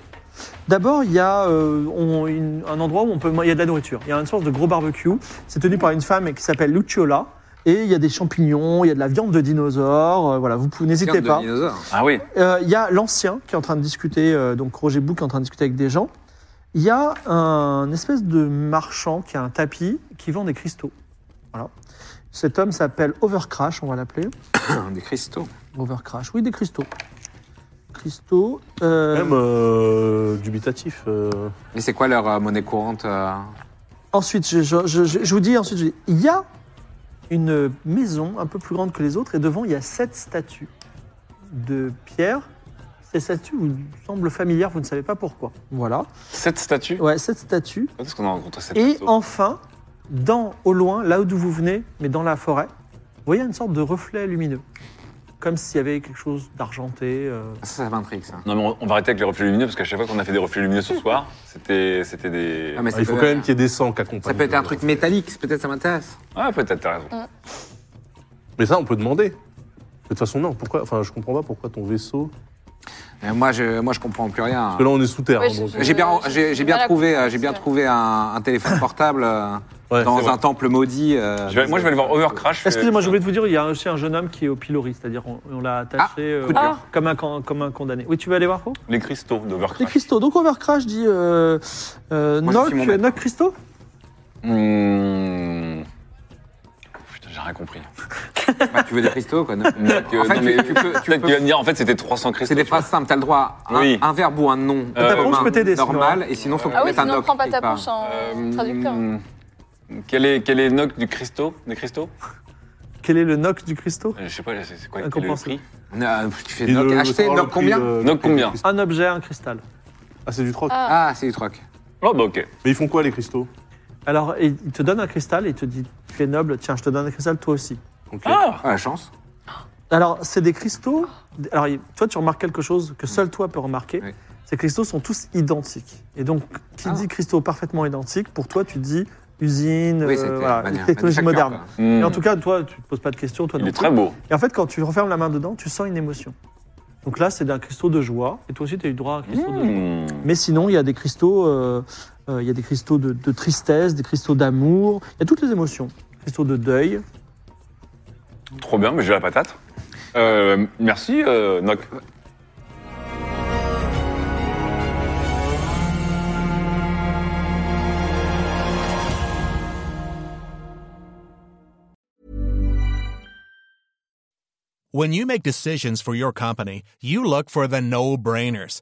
Speaker 1: D'abord, il y a euh, on- une- un endroit où on peut, il y a de la nourriture. Il y a une sorte de gros barbecue. C'est tenu par une femme qui s'appelle Luciola. Et il y a des champignons, il y a de la viande de dinosaure. euh, voilà, vous pouvez- n'hésitez
Speaker 2: Viande de
Speaker 1: pas.
Speaker 2: dinosaure.
Speaker 4: Ah oui
Speaker 1: Euh, Il y a l'ancien qui est en train de discuter, euh, donc Roger Bouc qui est en train de discuter avec des gens. Il y a un espèce de marchand qui a un tapis qui vend des cristaux. Voilà. Cet homme s'appelle Overcrash, on va l'appeler.
Speaker 2: <clears throat> Des cristaux.
Speaker 1: Overcrash, oui, des cristaux. Cristaux. euh,
Speaker 3: Même euh, dubitatif. euh.
Speaker 2: Mais c'est quoi leur euh, monnaie courante euh
Speaker 1: Ensuite, je, je- je- je- je vous dis, ensuite, je dis, il y a une maison un peu plus grande que les autres et devant, il y a sept statues de pierre. Ces statues vous semblent familières, vous ne savez pas pourquoi. Voilà.
Speaker 4: Cette statue
Speaker 1: Ouais, sept statues.
Speaker 4: Quand est-ce qu'on a rencontré cette
Speaker 1: Et
Speaker 4: statue
Speaker 1: enfin, dans, au loin, là d'où vous venez, mais dans la forêt, vous voyez une sorte de reflet lumineux. Comme s'il y avait quelque chose d'argenté. euh,
Speaker 2: Ça, ça m'intrigue ça.
Speaker 4: Non mais on, on va arrêter avec les reflets lumineux parce qu'à chaque fois qu'on a fait des reflets lumineux ce soir, c'était c'était des...
Speaker 2: Ah, mais
Speaker 3: Ah,
Speaker 2: ça
Speaker 3: il faut
Speaker 2: peut-
Speaker 3: quand même qu'il y ait des sangs qui accompagnent.
Speaker 2: Ça peut être un truc métallique, peut-être ça m'intéresse.
Speaker 4: Ah peut-être, t'as raison.
Speaker 3: Mais ça, on peut demander. De toute façon, non, pourquoi Enfin, je comprends pas pourquoi ton vaisseau.
Speaker 2: Euh, Moi, je, moi, je comprends plus rien.
Speaker 3: Parce que là, on est sous terre.
Speaker 5: Ouais,
Speaker 3: hein,
Speaker 5: je-
Speaker 3: donc-
Speaker 2: J'ai bien,
Speaker 5: Je-
Speaker 2: j'ai j'ai bien
Speaker 5: Voilà,
Speaker 2: trouvé,
Speaker 5: c'est
Speaker 2: euh, j'ai bien
Speaker 5: vrai.
Speaker 2: trouvé un, un téléphone portable euh,
Speaker 3: Ouais,
Speaker 2: dans
Speaker 4: c'est
Speaker 2: un
Speaker 4: vrai.
Speaker 2: temple maudit. euh,
Speaker 4: Je vais- moi, je vais aller voir Overcrash. euh,
Speaker 1: Excusez-moi, je voulais te vous dire, il y a aussi un jeune homme qui est au pilori, c'est-à-dire on, on l'a attaché euh,
Speaker 2: Ah, coup de
Speaker 5: cœur.
Speaker 1: comme, un, con- comme un condamné. Oui, tu veux aller voir quoi
Speaker 4: Les cristaux
Speaker 1: Les
Speaker 4: d'Overcrash.
Speaker 1: cristaux. Donc Overcrash dit euh, euh,
Speaker 2: Moi, je
Speaker 1: knock,
Speaker 2: suis mon maître.
Speaker 1: knock cristaux
Speaker 4: Hmm. Putain, j'ai rien compris.
Speaker 2: Bah, tu veux des cristaux, quoi. non
Speaker 4: Donc, euh,
Speaker 2: En fait,
Speaker 4: non, mais
Speaker 2: tu- tu peux- tu
Speaker 4: peut-être
Speaker 2: peux-
Speaker 4: qu'il va me dire en fait c'était 300
Speaker 2: C'est
Speaker 4: cristaux.
Speaker 2: des
Speaker 4: tu vois.
Speaker 2: phrases simples, t'as le droit à un,
Speaker 4: Oui.
Speaker 2: un verbe ou un nom.
Speaker 4: Euh,
Speaker 1: Ta ponche
Speaker 2: commun,
Speaker 1: peut t'aider, sinon,
Speaker 2: Normal, et sinon, faut que
Speaker 5: Ah
Speaker 2: tu
Speaker 5: oui,
Speaker 2: mettes un
Speaker 5: sinon
Speaker 2: doc.
Speaker 5: prends pas ta
Speaker 2: quelque part.
Speaker 5: ponche en
Speaker 4: Euh,
Speaker 5: traducteur.
Speaker 4: hmm. Quel est quel est le noc du cristaux des cristaux
Speaker 1: Quel est le knock du cristaux
Speaker 4: Euh, Je sais pas, c'est c'est quoi
Speaker 1: Un
Speaker 4: quel est le
Speaker 1: compensé.
Speaker 4: prix
Speaker 2: Euh, tu fais
Speaker 3: Et
Speaker 2: doc.
Speaker 3: de-
Speaker 2: Acheter
Speaker 3: savoir le
Speaker 2: doc
Speaker 3: prix,
Speaker 2: combien
Speaker 3: euh,
Speaker 4: Doc combien
Speaker 3: des cristaux.
Speaker 1: Un objet, un cristal.
Speaker 3: Ah, c'est du troc.
Speaker 5: Ah.
Speaker 2: Ah, c'est du troc.
Speaker 4: Oh bah ok.
Speaker 3: Mais ils font quoi, les cristaux
Speaker 1: Alors il il te donne un cristal et il te dit tu es noble, tiens, je te donne un cristal toi aussi.
Speaker 3: Ok.
Speaker 4: Ah
Speaker 2: Ah, la chance.
Speaker 1: Alors c'est des cristaux. Alors il- toi tu remarques quelque chose que seul toi peux remarquer.
Speaker 2: Oui.
Speaker 1: Ces cristaux sont tous identiques. Et donc qui
Speaker 2: Ah.
Speaker 1: dit cristaux parfaitement identiques, pour toi tu dis usine,
Speaker 2: Oui,
Speaker 1: euh,
Speaker 2: c'était
Speaker 1: voilà, <laughs>
Speaker 2: manière-
Speaker 1: technologie
Speaker 2: manufacture,
Speaker 1: moderne.
Speaker 2: quoi.
Speaker 4: Hmm.
Speaker 1: Et en tout cas, toi, tu te poses pas de questions. Toi,
Speaker 4: Il
Speaker 1: non
Speaker 4: est
Speaker 1: plus.
Speaker 4: très beau.
Speaker 1: Et en fait, quand tu refermes la main dedans, tu sens une émotion. Donc là, c'est d'un cristaux de joie. Et toi aussi, tu as eu droit à un cristaux de joie.
Speaker 4: Hmm.
Speaker 1: Mais sinon, il y a des cristaux, euh, euh, il y a des cristaux de, de tristesse, des cristaux d'amour. Il y a toutes les émotions. Cristaux de deuil.
Speaker 4: Trop bien, mais j'ai la patate. Euh, merci, euh, Noc.
Speaker 6: When you make decisions for your company, you look for the no brainers.